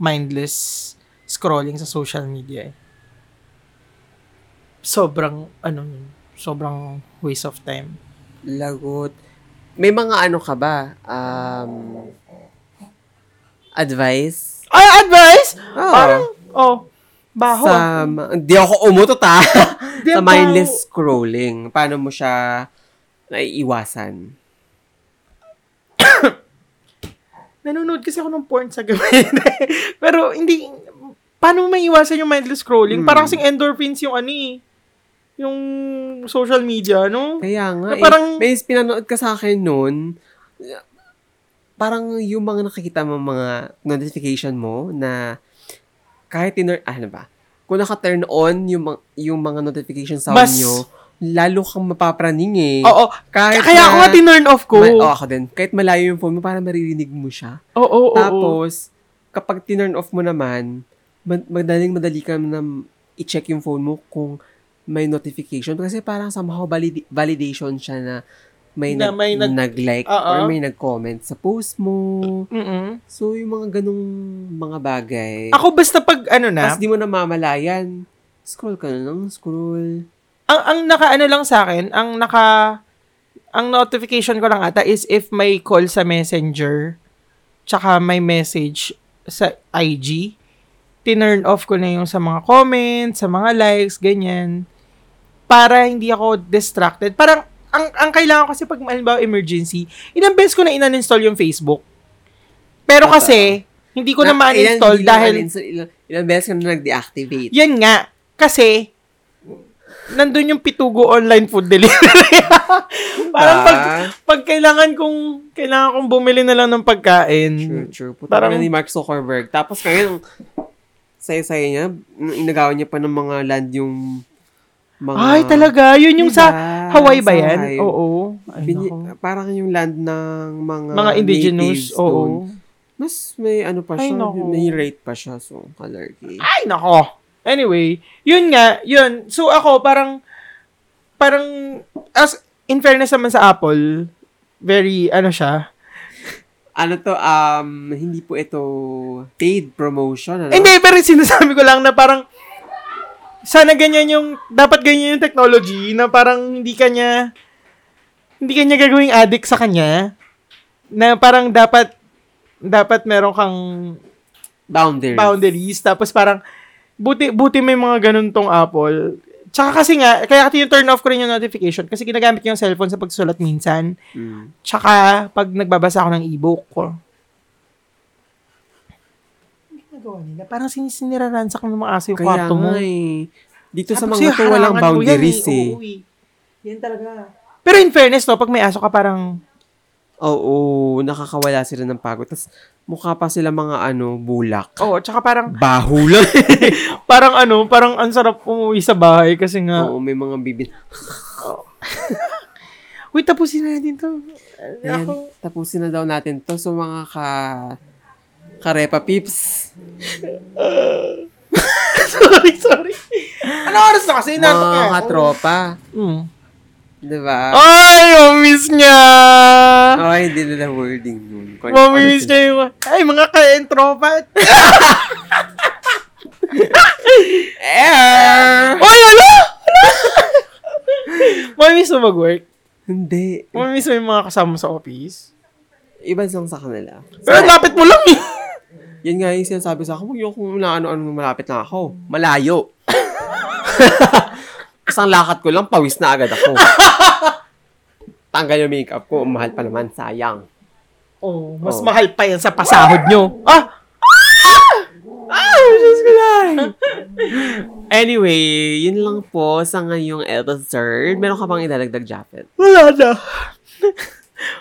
mindless scrolling sa social media eh. Sobrang, ano yun, sobrang waste of time. Lagot. May mga ano ka ba? Um, advice? Ay, advice! Oo. Parang, oh, baho. Sa, ma- hindi ako umutot ah. Di sa ba- mindless scrolling. Paano mo siya naiiwasan? nanonood kasi ako ng porn sa gabi. Pero hindi, paano mo maiwasan yung mindless Hmm. scrolling? Parang kasing endorphins yung ano eh, yung social media, no? Kaya nga, Na eh, parang- may pinanood ka sa akin noon, parang yung mga nakikita mo mga notification mo na kahit tinur, ah, ano ba, kung naka-turn on yung, mga- yung mga notification sa Mas- inyo, lalo kang mapapraning eh. Oo, kahit kaya ako nga tinurn off ko. ma- Oo, oh, ako din. Kahit malayo yung phone mo, parang maririnig mo siya. oo, oo. Tapos, kapag tinurn off mo naman, mad- madaling madali ka na m- i-check yung phone mo kung may notification. Kasi parang somehow valid- validation siya na may, nag- Na may nag- nag-like Oo. or may nag-comment sa post mo. Mm-mm. So, yung mga ganong mga bagay. Ako basta pag ano na, Tapos di mo namamalayan. Scroll ka na lang, scroll. ang, ang naka ano lang sa akin, ang naka, ang notification ko lang ata is if may call sa messenger, tsaka may message sa IG, tinurn off ko na yung sa mga comments, sa mga likes, ganyan. Para hindi ako distracted. Parang, ang, ang kailangan ko kasi pag, halimbawa, emergency, ilang beses ko na ininstall yung Facebook. Pero Totoo. kasi, hindi ko na, Na- ilan- ma-uninstall ilan- dahil... ilan- Ilan, ilan beses ka na nag-deactivate. Yan nga. Kasi, nandun yung pitugo online food delivery. Parang pag, Ah. pag kailangan kong, kailangan kong bumili na lang ng pagkain. True, true. Puta Mm. Parang- parang, ni Mark Zuckerberg. Tapos ngayon, saya-saya niya, n- inagawan niya pa ng mga land yung mga... Ay, talaga. Yun yung sa Diba? Hawaii ba Sa yan? Hawaii. Oo. Ay, Bini- nako. parang yung land ng mga, mga indigenous. natives doon. Oo. Mas may ano pa Ay, siya, naku. may rate pa siya. So, kalarki. Ay, nako. Anyway, yun nga, yun. So, ako, parang, parang, as, in fairness naman sa Apple, very, ano siya, Ano to, um, hindi po ito paid promotion. Ano? Hindi, pero sinasabi ko lang na parang sana ganyan yung dapat ganyan yung technology na parang hindi kanya hindi kanya gagawing addict sa kanya na parang dapat dapat meron kang Boundaries. boundaries tapos parang buti buti may mga ganun tong Apple. Tsaka kasi nga, kaya kasi yung turn off ko rin yung notification kasi ginagamit ko yung cellphone sa pagsusulat minsan. Mm. Tsaka pag nagbabasa ako ng ebook ko. Ano ginagawa nila? Parang sinisiniraransak ng mga aso yung Kaya kwarto mo. nga eh. Dito sa mga Tapos yung to, walang harangan mo yan boundaries eh. eh. Oo, eh. Yan talaga. Pero in fairness, no, pag may aso ka parang, Oo, nakakawala sila ng pagod. Tapos, mukha pa sila mga ano, bulak. oo, tsaka parang, Baho lang. parang ano, parang ang sarap umuwi sa bahay kasi nga, Oo, may mga bibit. wait, tapusin na natin to. Ayan, Ako, tapusin na daw natin to. So, mga ka... Karepa peeps. sorry, sorry. ano oras na kasi? Mga Inaantok na ako. katropa. Mm. Diba? Ay, mamiss niya! Oh, hindi nila wording nun. Kon- ano Mamiss niya yung, ay, mga ka-entropa. sin- Err! Ay, ano? ala! Ala! Mamiss mo mag-work? Hindi. Mamiss mo yung mga kasama sa office? Iba lang sa kanila. Pero lapit mo lang eh. Yan nga yung sinasabi sa akin, huwag niyo kung ano-ano malapit na ako. Malayo. Isang lakad ko lang, pawis na agad ako. Tanggal yung makeup ko, mahal pa naman, sayang. Oh, mas Oh. mahal pa yan sa pasahod nyo. Ah! Ah, Diyos ko lang! anyway, yun lang po sa ngayong episode. Meron ka bang idadagdag, Japet? Wala na.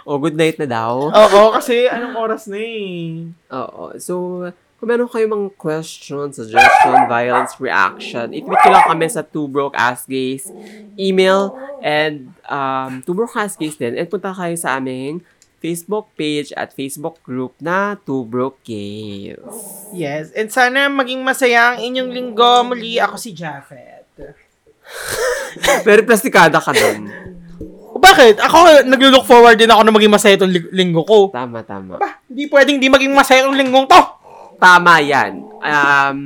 O, good night na daw. Oo, kasi anong oras na eh. Oo. So, Kung meron kayong mga question, suggestion, violence, reaction, itweet nyo lang kami sa Two Broke Ass Gays email and um, Two Broke Ass Gays din. And punta kayo sa aming Facebook page at Facebook group na Two Broke Gays. Yes. And sana maging masaya ang inyong linggo. Muli, ako si Jafet. Very plastikada ka dun. Bakit? Ako, naglo-look forward din ako na maging masaya itong ling- linggo ko. Tama, tama. Ba, Ah, hindi pwedeng di maging masaya itong linggong to. Tama yan. Um,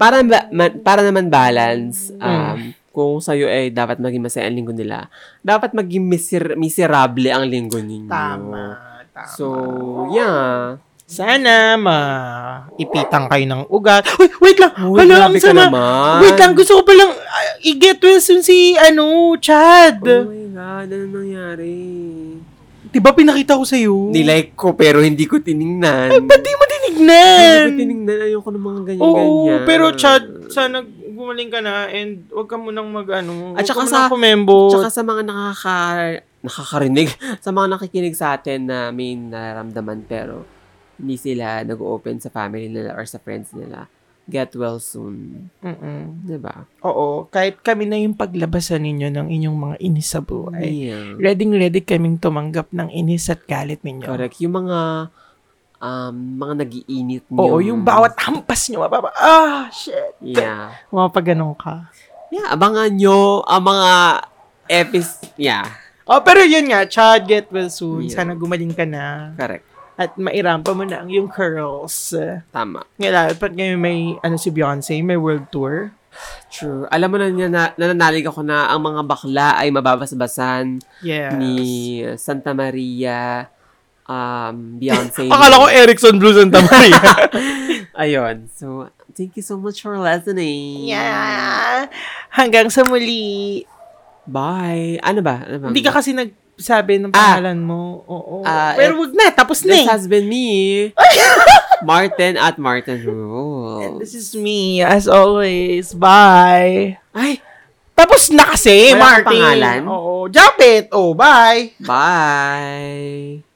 para, ba- ma- para naman balance, um, kung sa'yo ay dapat maging masaya ang linggo nila, dapat maging miser- miserable ang linggo ninyo. Tama. So, yeah. Sana ma ipitang kayo ng ugat. Uy, wait lang. Uy, Hala, ang grabe ka sama. naman. Wait lang, gusto ko palang ah, i-get well soon si, ano, Chad. Oh my God, ano nangyari? Diba pinakita ko sa'yo? Nilike ko pero hindi ko tiningnan. Ba't Ah, di mo tinignan? Hindi ko tiningnan. Ayoko ng mga Oo, ganyan-ganyan. pero Chad, sana gumaling ka na and huwag ka munang mag, ano, At huwag saka ka munang sa- kumembot. Tsaka sa mga nakaka nakakarinig, sa mga nakikinig sa atin na may nararamdaman pero hindi sila nag-open sa family nila or sa friends nila. Get well soon. Mm-mm. Diba? Oo, kahit kami na yung paglabasan ninyo ng inyong mga inis sa buhay. Yeah. Ready-ready kaming tumanggap ng inis at galit ninyo. Correct. Yung mga um, mga nagiinit niyo. Oo, yung bawat hampas nyo, mababa. Ah, shit. Yeah. Mga pag ganun ka. Yeah, abangan nyo ang mga epis... Yeah. Oh, pero yun nga, Chad, get well soon. Yeah. Sana gumaling ka na. Correct. At mairampa mo na ang iyong curls. Tama. Ngayon, dapat ngayon may, ano si Beyonce, may world tour. True. Alam mo na niya na nananalig ako na ang mga bakla ay mababasbasan Yes. ni Santa Maria, um, Beyonce. Akala ko eh. Erickson Blues and Tamaria. Ayun. So, thank you so much for listening. Hanggang sa muli. Bye. Ano ba? Ano ba? Hindi ka kasi nagsabi ng Ah. pangalan mo. Oo. Ah, pero wag na, tapos na This eh. has been me, Martin at Martin Rule. This is me, as always. Bye. Ay, Tapos na Wala kasi, kang Martin. pangalan? Oo. Jump it. Oh, bye. bye.